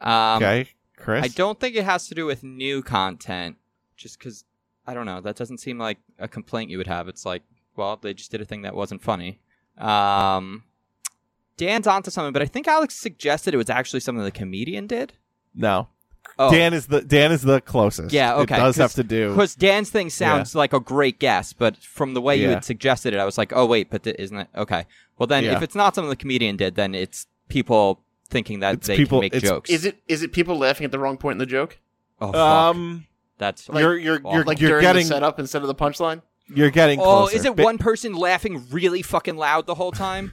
A: Um,
B: Okay, Chris?
A: I don't think it has to do with new content, just because, I don't know, that doesn't seem like a complaint you would have. It's like, well, they just did a thing that wasn't funny. Um, Dan's onto something, but I think Alex suggested it was actually something the comedian did.
B: No.
A: Oh.
B: Dan is the Dan is the closest.
A: Yeah, okay.
B: It does have
A: 'cause-
B: to do.
A: Because Dan's thing sounds like a great guess, but from the way you
B: Yeah.
A: had suggested it, I was like, oh, wait, but th- isn't it? Okay. Well, then
B: Yeah.
A: if it's not something the comedian did, then it's people thinking that
B: It's
A: they
B: people-
A: can make
B: it's-
A: jokes.
C: Is it is it people laughing at the wrong point in the joke?
A: Oh, fuck.
B: um,
A: That's
B: you're you're
A: Like
B: you're,
C: Like
B: you're
C: during
B: getting
C: the setup instead of the punchline?
B: you're getting
A: Oh,
B: closer.
A: is it
B: Ba-
A: one person laughing really fucking loud the whole time?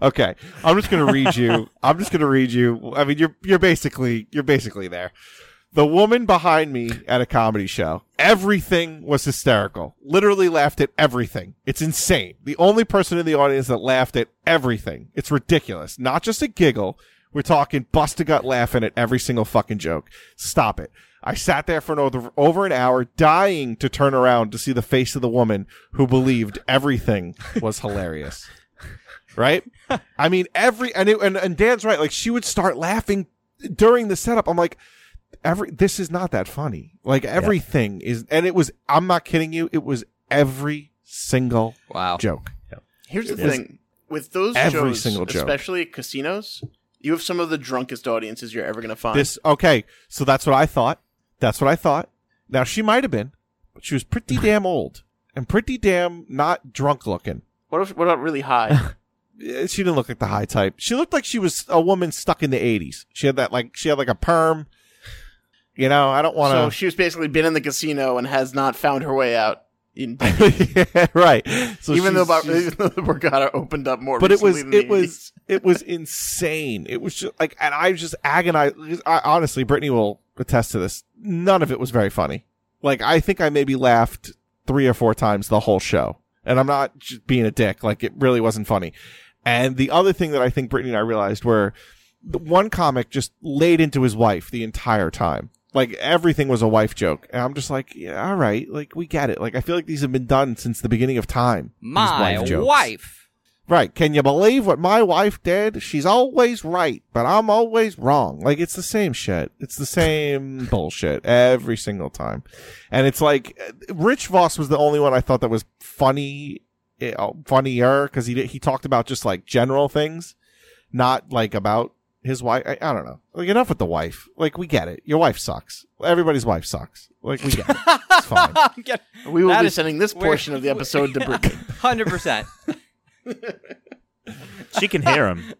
B: Okay, I'm just gonna read you. I'm just gonna read you. I mean, you're you're basically you're basically there. The woman behind me at a comedy show, everything was hysterical. Literally laughed at everything. It's insane. The only person in the audience that laughed at everything. It's ridiculous. Not just a giggle. We're talking bust a gut laughing at every single fucking joke. Stop it. I sat there for an over, over an hour, dying to turn around to see the face of the woman who believed everything was hilarious. Right? I mean, every and, it, and and Dan's right. Like she would start laughing during the setup. I'm like, every this is not that funny. Like everything is, and it was. I'm not kidding you. It was every single
A: Wow.
B: joke.
C: Here's the
B: was
C: thing with those
B: every
C: shows,
B: single joke.
C: especially at casinos, you have some of the drunkest audiences you're ever going to find.
B: This okay. So that's what I thought. That's what I thought. Now she might have been, but she was pretty damn old and pretty damn not drunk looking.
C: what if, what about really high?
B: Eh, She didn't look like the high type. She looked like she was a woman stuck in the 80s. She had that like she had like a perm. You know, I don't want to.
C: so she's basically been in the casino and has not found her way out. In,
B: yeah, right. So
C: even though
B: she's-
C: about,
B: she's-
C: even though the Borgata opened up more,
B: but it was
C: recently
B: it
C: than the
B: was it was insane. It was just like, and I just agonized. I, honestly, Brittany will attest to this. None of it was very funny. Like I think I maybe laughed three or four times the whole show, and I'm not just being a dick. Like it really wasn't funny. And the other thing that I think Brittany and I realized were the one comic just laid into his wife the entire time. Like everything was a wife joke, and I'm just like, yeah, all right, like we get it. Like I feel like these have been done since the beginning of time. these
A: My
B: wife jokes.
A: wife.
B: Right. Can you believe what my wife did? She's always right, but I'm always wrong. Like, it's the same shit. It's the same bullshit every single time. And it's like, uh, Rich Voss was the only one I thought that was funny, eh, oh, funnier, because he, did- he talked about just like general things, not like about his wife. I, I don't know. Like, enough with the wife. Like, we get it. Your wife sucks. Everybody's wife sucks. Like, we get it. It's fine.
A: I'm getting-
C: 80s. we will
A: That
C: be
A: is-
C: sending this
A: we're-
C: portion of the episode to Brittany.
A: 100%.
F: She can hear him.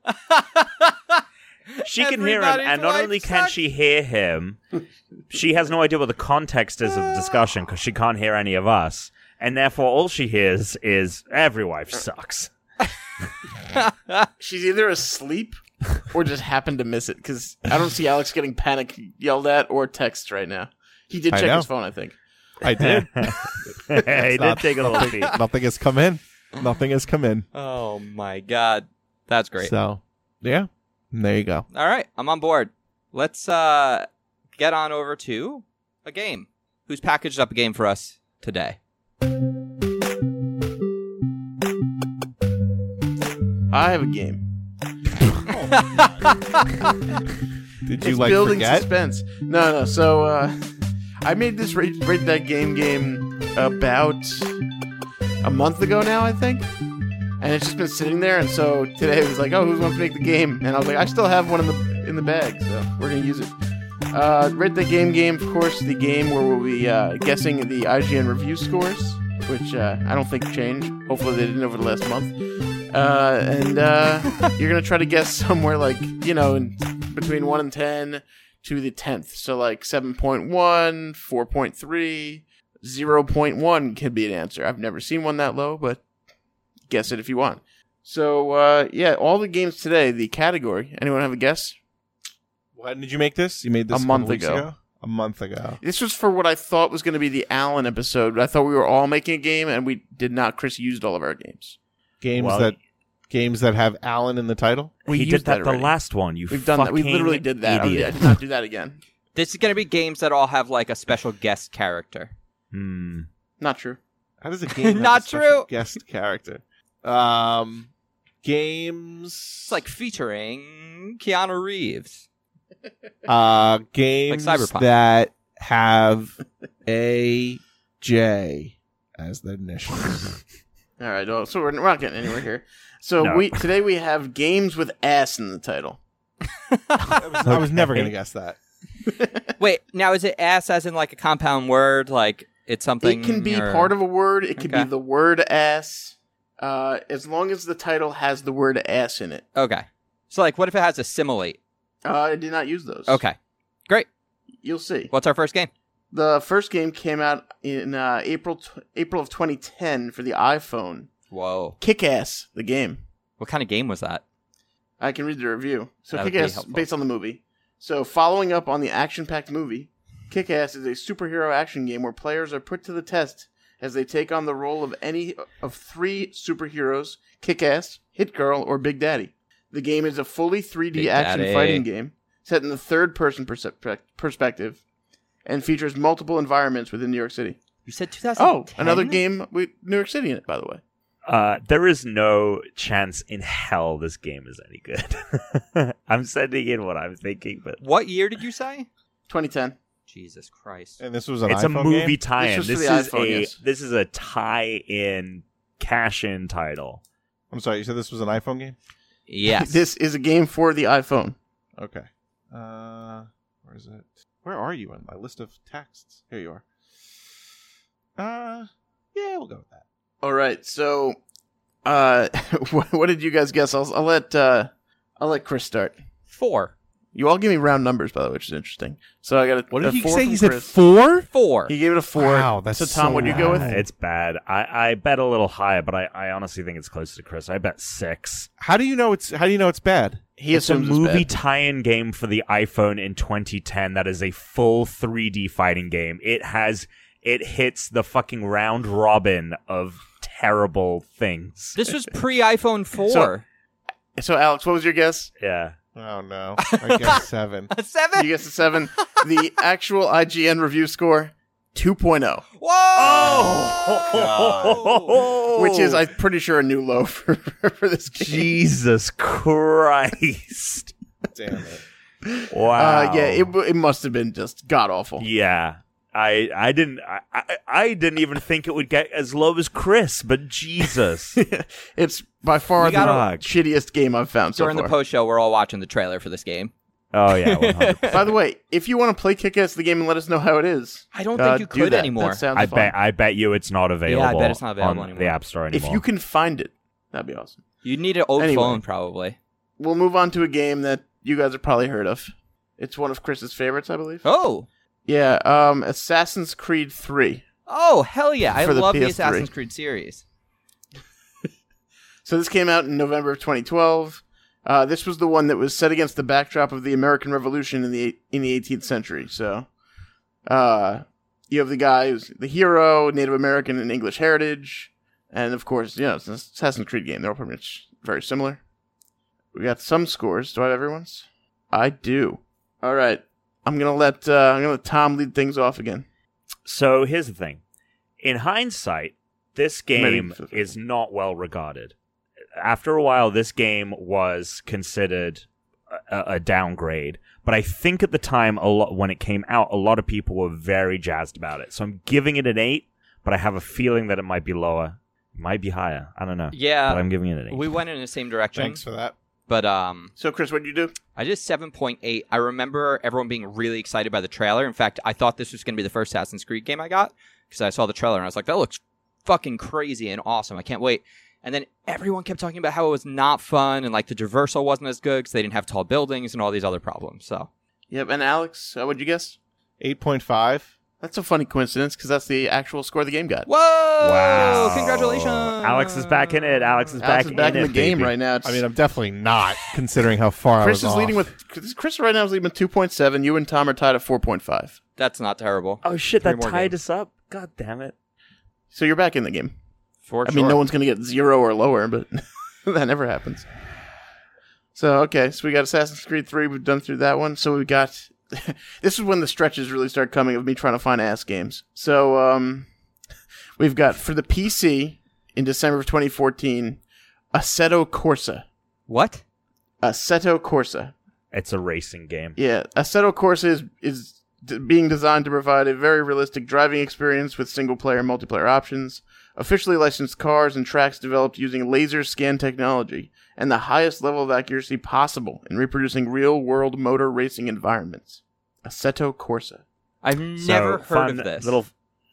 F: She can hear him,
A: Everybody's
F: and not
A: wife
F: only can
A: sucks.
F: she hear him, she has no idea what the context is of the discussion because she can't hear any of us, and therefore all she hears is every wife sucks.
C: She's either asleep or just happened to miss it because I don't see Alex getting panic yelled at or texts right now. He did
B: I
C: check
B: know.
C: his phone, I think.
B: I did.
F: he did
B: not-
F: take a little peek.
B: Nothing has come in. Nothing has come in.
A: oh, my God. That's great.
B: So, yeah. There you go.
A: All right. I'm on board. Let's uh, get on over to a game. Who's packaged up a game for us today?
C: I have a game.
B: Did
C: It's building suspense. No, no. So uh, I made this rate, rate that game game about a month ago now, I think. And it's just been sitting there. And so today it was like, oh, who wants to make the game? And I was like, I still have one in the in the bag, so we're gonna use it. Uh, rate that game game, of course, the game where we'll be uh, guessing the IGN review scores, which uh, I don't think changed. Hopefully they didn't over the last month. Uh, and uh, you're gonna try to guess somewhere like you know in between one and ten to the tenth. So like 7.1, 4.3, 0.1 could be an answer. I've never seen one that low, but guess it if you want. So uh, yeah, all the games today. The category. Anyone have a guess?
B: When did you make this? You made this
C: A month
B: couple weeks
C: ago.
B: A month ago.
C: This was for what I thought was going to be the Allen episode. I thought we were all making a game, and we did not. Chris used all of our games.
B: Games
F: Well,
B: that games that have Alan in the title.
C: We
F: he
C: used
F: did that,
C: that
F: the
C: already.
F: last one. You
C: We've done that. We
F: fucking
C: literally did that. I- I
F: Idiot.
C: did not do that again.
A: This is going to be games that all have like a special guest character.
F: Hmm.
C: Not true.
B: How does a game have
A: Not
B: a special
A: true.
B: guest character? Um, games
A: It's like featuring Keanu Reeves.
B: uh games
A: Cyberpunk.
B: that have a J as the initials.
C: All right, well, so we're, we're not getting anywhere here. So
F: No.
C: we today we have games with ass in the title.
B: I was, I was never going to guess that.
A: Wait, now is it ass as in like a compound word? Like it's something.
C: It can be
A: or-
C: part of a word. It can
A: Okay.
C: be the word ass. Uh, as long as the title has the word ass in it.
A: Okay. So like, what if it has a simile?
C: Uh, I did not use those.
A: Okay.
C: You'll see.
A: What's our first game?
C: The first game came out in uh, April t- April of 2010 for the iPhone.
A: Whoa.
C: Kick Ass, the game.
A: What kind of game was that?
C: I can read the review. So
A: That would
C: Kick
A: be
C: Ass
A: helpful.
C: based on the movie. So following up on the action-packed movie, Kick Ass is a superhero action game where players are put to the test as they take on the role of any of three superheroes, Kick Ass, Hit Girl, or Big Daddy. The game is a fully 3D
A: Big
C: action
A: Daddy.
C: fighting game set in the third-person percep- perspective and features multiple environments within New York City.
A: You said 2010.
C: Oh, another game with New York City in it, by the way.
D: Uh, there is no chance in hell this game is any good. I'm sending in what I'm thinking, but
A: What year did you say?
C: 2010.
A: Jesus Christ.
C: Uh,
B: And this was an
D: it's a
B: iPhone
D: movie
B: game?
D: tie-in.
C: This
D: This,
C: was for the iPhone,
D: is a
C: yes.
D: this is a tie-in cash-in title.
B: I'm sorry, you said this was an iPhone game?
A: Yes.
C: This is a game for the iPhone.
B: Okay. Uh, where is it? Where are you on my list of texts? Here you are. Uh, yeah, we'll go with that.
C: All right, so uh, what, what did you guys guess? I'll, I'll let uh, I'll let Chris start.
A: four.
C: You all give me round numbers, by the way, which is interesting. So I got a,
B: What
C: a
B: did he
C: four
B: say?
C: from
B: He said
C: Chris.
B: four.
A: Four.
C: He gave it a four.
B: Wow, that's
C: so Tom.
B: so
C: what'd you go with?
B: low.
D: It's bad. I, I bet a little high, but I, I honestly think it's closer to Chris. I bet six.
B: How do you know it's? How do you know it's bad?
C: He
D: it's a
C: assumes it's
D: movie
C: bad.
D: tie-in game for the iPhone in 2010 that is a full 3D fighting game. It has it hits the fucking round robin of terrible things.
A: This was pre iPhone 4.
C: So- so Alex, what was your guess?
D: yeah.
B: Oh no, I guess seven.
A: A seven?
C: You guessed a seven. the actual IGN review score. oh, 2.0,
A: Whoa!
C: Oh, which
B: Oh.
C: is, I'm pretty sure, a new low for, for this game.
D: Jesus Christ.
B: Damn it.
D: Wow.
C: Uh, yeah, it, w- it must have been just god awful.
D: Yeah. I I didn't I, I I didn't even think it would get as low as Chris, but Jesus.
C: It's by far
A: We
C: the
D: gotta-
C: shittiest game I've found so
A: During
C: far.
A: the post show, we're all watching the trailer for this game.
D: oh yeah, 100
C: By the way, if you want to play Kick Ass the game and let us know how it is,
A: I don't
C: uh,
A: think you
C: do
A: could
C: that.
A: anymore.
C: That sounds
D: I
C: fun.
D: bet I bet you it's not available.
A: Yeah, I bet it's not available
D: on the
A: anymore.
D: App Store
C: if
D: anymore.
C: you can find it, that'd be awesome.
A: You'd need an old
C: Anyway.
A: phone, probably.
C: We'll move on to a game that you guys have probably heard of. It's one of Chris's favorites, I believe.
A: Oh!
C: Yeah, um, Assassin's Creed Three.
A: Oh, hell yeah. I
C: For the
A: love the
C: PS3.
A: Assassin's Creed series.
C: So this came out in November of 2012. Uh, this was the one that was set against the backdrop of the American Revolution in the in the 18th century. So, uh, you have the guy who's the hero, Native American and English heritage, and of course, you know, it's an Assassin's Creed game. They're all pretty much very similar. We got some scores. Do I have everyone's? I do. All right. I'm gonna let uh, I'm gonna let Tom lead things off again.
D: So here's the thing. In hindsight, this game
C: Maybe.
D: is not well regarded. After a while, this game was considered a, a downgrade. But I think at the time, a lot when it came out, a lot of people were very jazzed about it. So I'm giving it an eight, but I have a feeling that it might be lower, it might be higher. I don't know. but
A: Yeah.
D: I'm giving it an eight.
A: We went in the same direction.
B: Thanks for that.
A: But, um,.
C: So, Chris, what did you do?
A: I did 7.8. I remember everyone being really excited by the trailer. In fact, I thought this was going to be the first Assassin's Creed game I got because I saw the trailer and I was like, that looks fucking crazy and awesome. I can't wait. And then everyone kept talking about how it was not fun and like the traversal wasn't as good because they didn't have tall buildings and all these other problems. So
C: Yep. And Alex, uh, what'd you guess?
B: Eight point five.
C: That's a funny coincidence because that's the actual score the game got.
A: whoa!
D: Wow.
A: Congratulations!
D: Alex is back in it. Alex is
C: Alex
D: back,
C: is back in,
D: it,
C: the game
D: baby.
C: right now. It's-
B: I mean, I'm definitely not considering how far
C: Chris
B: I was.
C: is leading
B: off.
C: with Chris right now is leading with two point seven. You and Tom are tied at four point five.
A: That's not terrible.
D: Oh shit!
A: Three
D: That
A: more
D: tied
A: games.
D: us up. God damn it!
C: So you're back in the game.
A: For
C: I mean,
A: sure.
C: no one's going to get zero or lower, but that never happens. So okay, so we got Assassin's Creed three. We've done through that one. So we got this is when the stretches really start coming of me trying to find ass games. So um, we've got for the PC in December of 2014, Assetto Corsa.
A: What?
C: Assetto Corsa.
D: It's a racing game.
C: Yeah, Assetto Corsa is is d- being designed to provide a very realistic driving experience with single player and multiplayer options, officially licensed cars and tracks developed using laser scan technology and the highest level of accuracy possible in reproducing real world motor racing environments. Assetto Corsa.
A: I've never
D: so,
A: heard
D: fun
A: of this.
D: Little,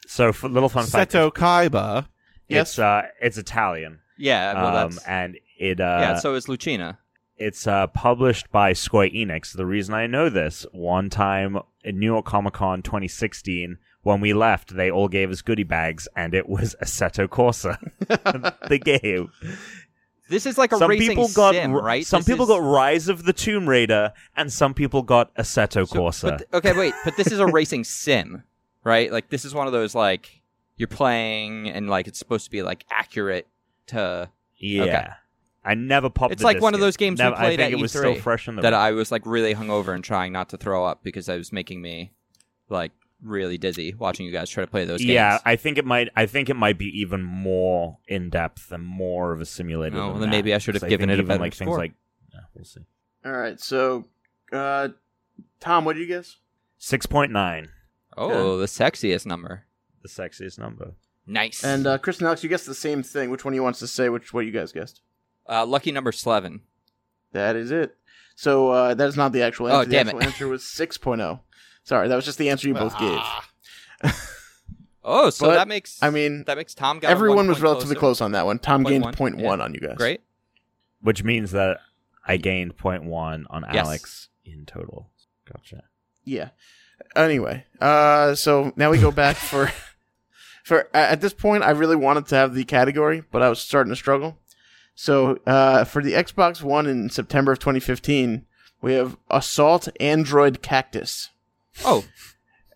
D: so for little fun fact.
B: Seto Kaiba.
C: Yes.
D: It's uh, it's Italian.
A: yeah, well,
D: um,
A: that's
D: and it uh,
A: yeah. So is Lucina.
D: it's uh, published by Square Enix. The reason I know this, one time in New York Comic Con 2016, when we left, they all gave us goodie bags, and it was Assetto Corsa, the game.
A: This is like a
D: some
A: racing
D: people got
A: sim,
D: r-
A: right?
D: Some
A: This
D: people
A: is-
D: got Rise of the Tomb Raider, and some people got Assetto
A: so-
D: Corsa.
A: but th- okay, wait, but this is a racing sim, right? Like this is one of those like you're playing and like it's supposed to be like accurate to
D: yeah.
A: okay.
D: I never popped.
A: It's
D: the
A: like
D: disc
A: one of
D: in.
A: those games we
D: Never-
A: played
D: I think
A: at
D: it was
A: E3
D: still fresh in the.
A: that I was like really hungover and trying not to throw up because it was making me like really dizzy watching you guys try to play those games.
D: yeah, I think it might. I think it might be even more in depth and more of a simulator.
A: Oh,
D: than
A: well, then
D: that,
A: maybe I should have
D: 'cause
A: given
D: think
A: it a
D: even,
A: better
D: like things
A: score.
D: like. Yeah, we'll see.
C: All right, so uh, Tom, what did you guess?
D: Six point nine,
A: Oh, the sexiest number.
D: the sexiest number.
A: Nice.
C: And uh, Chris and Alex, you guessed the same thing. Which one you wants to say? Which what you guys guessed?
A: uh, lucky number eleven.
C: That is it. So uh, that is not the actual answer.
A: Oh, damn
C: the actual
A: it.
C: answer was 6.0. Sorry, that was just the answer you
B: Ah,
C: both gave.
A: Ah, Oh, so
C: But,
A: that makes
C: I mean,
A: that makes Tom got
C: everyone
A: one
C: was
A: point
C: relatively
A: closer.
C: close on that one. Tom
A: Point
C: gained
A: one.
C: point
A: Yeah.
C: one on you guys.
A: Great.
D: which means that I gained 0.1 on
A: Yes.
D: Alex in total. Gotcha.
C: Yeah. Anyway, uh, so now we go back for for a- at this point, I really wanted to have the category, but I was starting to struggle. So uh, for the Xbox One in September of 2015, we have Assault Android Cactus.
A: Oh,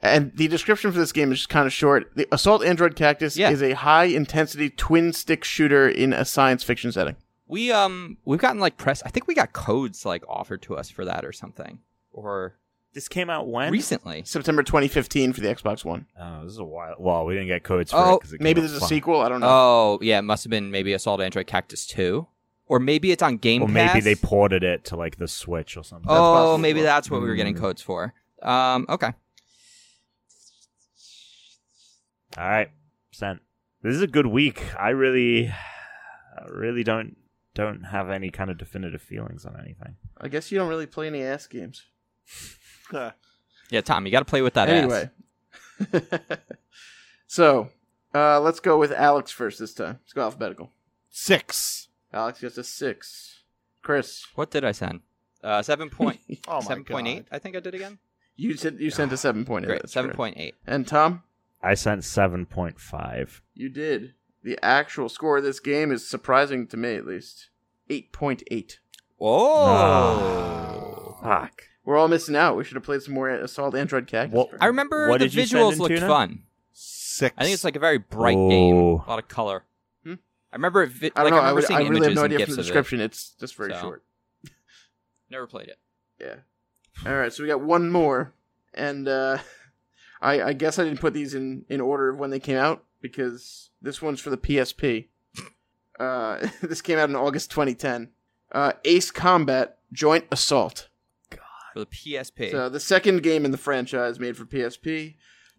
C: And the description for this game is kind of short. The Assault Android Cactus
A: Yeah.
C: is a high intensity twin stick shooter in a science fiction setting.
A: we um we've gotten like press. I think we got codes like offered to us for that or something, or
D: This came out when?
A: recently.
C: September 2015 for the Xbox One.
D: Oh, this is a while. Well, we didn't get codes for
A: Oh,
D: it. 'cause it came
C: Maybe
D: out
C: there's a
D: fun.
C: sequel. I don't know.
A: Oh yeah, it must have been maybe Assault Android Cactus Two, or maybe it's on Game
D: Or
A: Pass.
D: maybe they ported it to like the Switch or something.
A: oh,
C: possible.
A: maybe that's what we were getting
D: Mm.
A: codes for. Um, okay.
D: All right, sent. This is a good week. I really, I really don't don't have any kind of definitive feelings on anything.
C: I guess you don't really play any ass games.
A: Yeah, Tom, you got to play with that ass.
C: anyway, so uh, let's go with Alex first this time. Let's go alphabetical.
B: Six.
C: Alex gets a six. Chris,
A: What did I send? Uh, seven point
B: Oh
A: seven point eight. I think I did again.
C: you sent you sent a seven point eight.
A: Ah, Great,
C: That's
A: seven point eight.
C: And Tom,
D: I sent seven point five.
C: you did. The actual score of this game is surprising to me, at least. Eight point eight. Ah.
A: Oh.
D: Fuck.
C: We're all missing out. We should have played some more Assault Android Cactus.
D: Well,
A: I remember
D: What
A: the
D: did you send
A: visuals
D: in,
A: looked
D: Tuna?
A: fun.
B: Six.
A: I think it's like a very bright game,
D: Oh.
A: a lot of color.
C: Hmm?
A: I remember it. Vi-
C: I
A: like,
C: don't know.
A: I
C: I,
A: remember
C: re-
A: seeing
C: I really
A: images
C: have no
A: and
C: idea
A: gifs
C: from
A: of
C: the
A: it.
C: description. It's just very
A: So.
C: short.
A: Never played it.
C: Yeah. All right, so we got one more, and uh, I, I guess I didn't put these in in order of when they came out because this one's for the PSP. Uh, this came out in August 2010. Uh, Ace Combat Joint Assault.
A: For the PSP.
C: So the second game in the franchise made for PSP.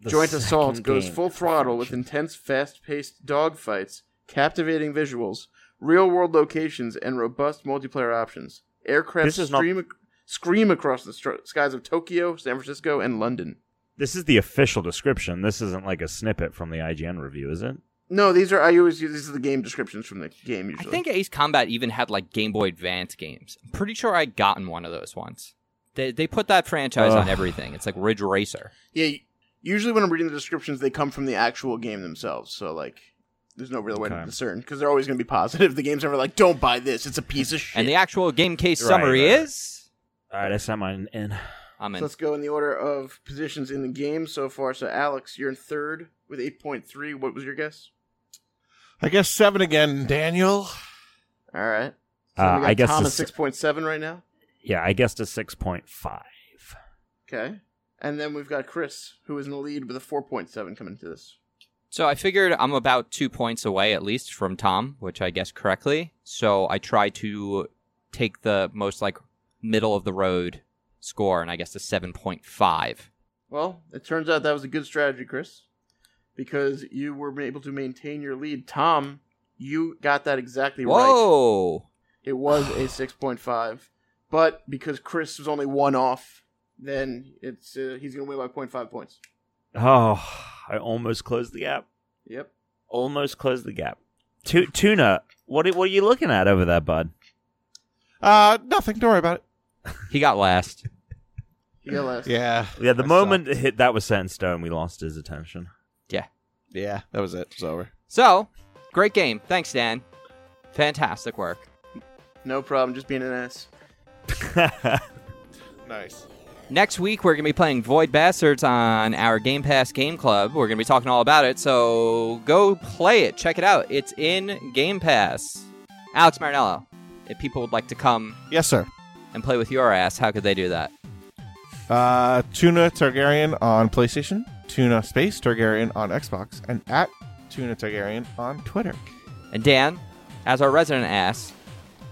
C: Joint Assault goes full throttle with intense, fast-paced dogfights, captivating visuals, real-world locations, and robust multiplayer options. Aircraft
D: This is not-
C: scream, scream across the str- skies of Tokyo, San Francisco, and London.
D: This is the official description. This isn't like a snippet from the IGN review, is it?
C: No, these are I always use these are the game descriptions from the game
A: I
C: usually.
A: think Ace Combat even had like Game Boy Advance games. I'm pretty sure I gotten one of those once. They they put that franchise on
D: Ugh.
A: everything. It's like Ridge Racer.
C: yeah. y- Usually when I'm reading the descriptions, they come from the actual game themselves. So like, there's no real way
D: Okay.
C: to discern because they're always going to be positive. The game's never like, don't buy this. It's a piece of shit.
A: And the actual game case
D: Right,
A: summary
D: right, right.
A: is
D: All right, I sent mine in.
A: I'm
C: So
A: in.
C: let's go in the order of positions in the game so far. So Alex, you're in third with eight point three. What was your guess?
B: I guess seven again, Daniel.
C: All right. So
D: Uh,
C: we got
D: I guess
C: Tom
D: a
C: is six point seven right now.
D: Yeah, I guessed a six point five.
C: Okay. And then we've got Chris, who is in the lead with a four point seven coming into this.
A: So I figured I'm about two points away at least from Tom, which I guess correctly. So I try to take the most like middle of the road score, and I guess the seven point five.
C: Well, it turns out that was a good strategy, Chris. because you were ma- able to maintain your lead. Tom, you got that exactly right.
A: Whoa.
C: It was a 6.5, but because Chris was only one off, then it's uh, he's going to win by 0.5 points.
F: Oh, I almost closed the gap.
C: Yep.
F: Almost closed the gap. Tu- tuna, what are, what are you looking at over there, bud?
B: Uh, nothing. Don't worry about it.
A: He got last.
C: You got last.
B: Yeah.
F: Yeah, the
B: I
F: moment it hit that was set in stone, we lost his attention.
B: suck. Yeah, that was it. It's over.
A: So, great game. Thanks, Dan. Fantastic work.
C: No problem, just being an ass.
B: Nice.
A: Next week, we're going to be playing Void Bastards on our Game Pass Game Club. We're going to be talking all about it, so go play it. Check it out. It's in Game Pass. Alex Marinello, if people would like to come
B: Yes, sir.
A: and play with your ass, how could they do that?
B: Uh, Tuna Targaryen on PlayStation, Tuna Space Targaryen on Xbox, and at Tuna Targaryen on Twitter.
A: And Dan, as our resident ass,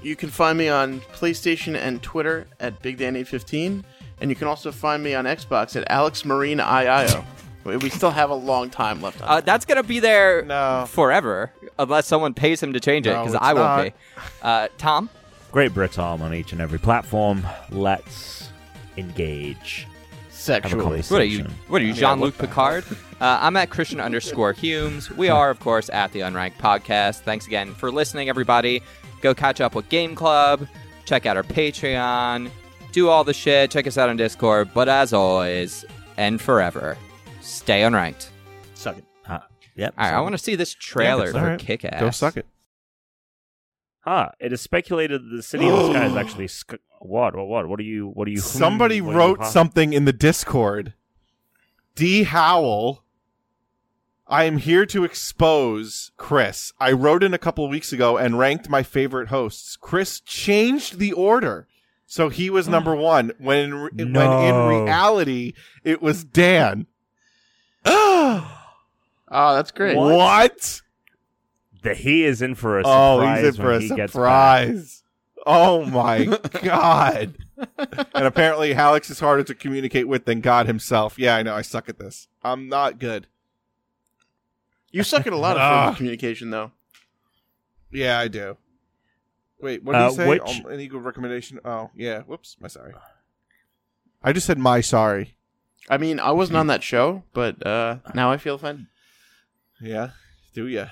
C: You can find me on PlayStation and Twitter at BigDan815, and you can also find me on Xbox at AlexMarineIIO. We- we still have a long time left on
A: uh, that's going to be there
B: No.
A: forever, unless someone pays him to change it,
B: No,
A: because
B: it's
A: I
B: not.
A: won't be. Uh, Tom?
F: Great Brit Arm on each and every platform. Let's engage. Have a
C: sexually.
F: conversation.
A: What are you? What are you, Jean Luc Picard? Uh, I'm at Christian underscore Humes. We are, of course, at the Unranked Podcast. Thanks again for listening, everybody. Go catch up with Game Club. Check out our Patreon. Do all the shit. Check us out on Discord. But as always, and forever, stay unranked.
F: Suck it. Uh, yep.
A: All right, I want to see this trailer
B: Yeah,
A: for
B: all right.
A: Kick Ass.
B: Go suck it.
F: Huh? It is speculated that the city in the sky is actually sc- what? What? What? What are you? What are you? hmm,
B: Somebody
F: what are you-
B: wrote
F: huh?
B: something in the Discord. D Howell, I am here to expose Chris. I wrote in a couple of weeks ago and ranked my favorite hosts. Chris changed the order. So he was number one when in re- when
F: Hmm. No.
B: in reality it was Dan.
C: Oh, that's great.
F: What?
B: what?
F: that he is in for a
B: Oh,
F: surprise.
B: he's in for
F: when
B: a
F: he gets back.
B: surprise. Oh my god. And apparently Alex is harder to communicate with than God himself. Yeah, I know, I suck at this. I'm not good.
C: You suck at a lot of
F: Ah.
C: forms of communication, though.
B: Yeah, I do. Wait, what did
F: Uh,
B: you say?
F: which-
B: Um, an equal recommendation? Oh, yeah. Whoops, my sorry. I just said my sorry.
C: I mean, I wasn't on that show, but uh, now I feel offended.
B: Yeah. Do ya?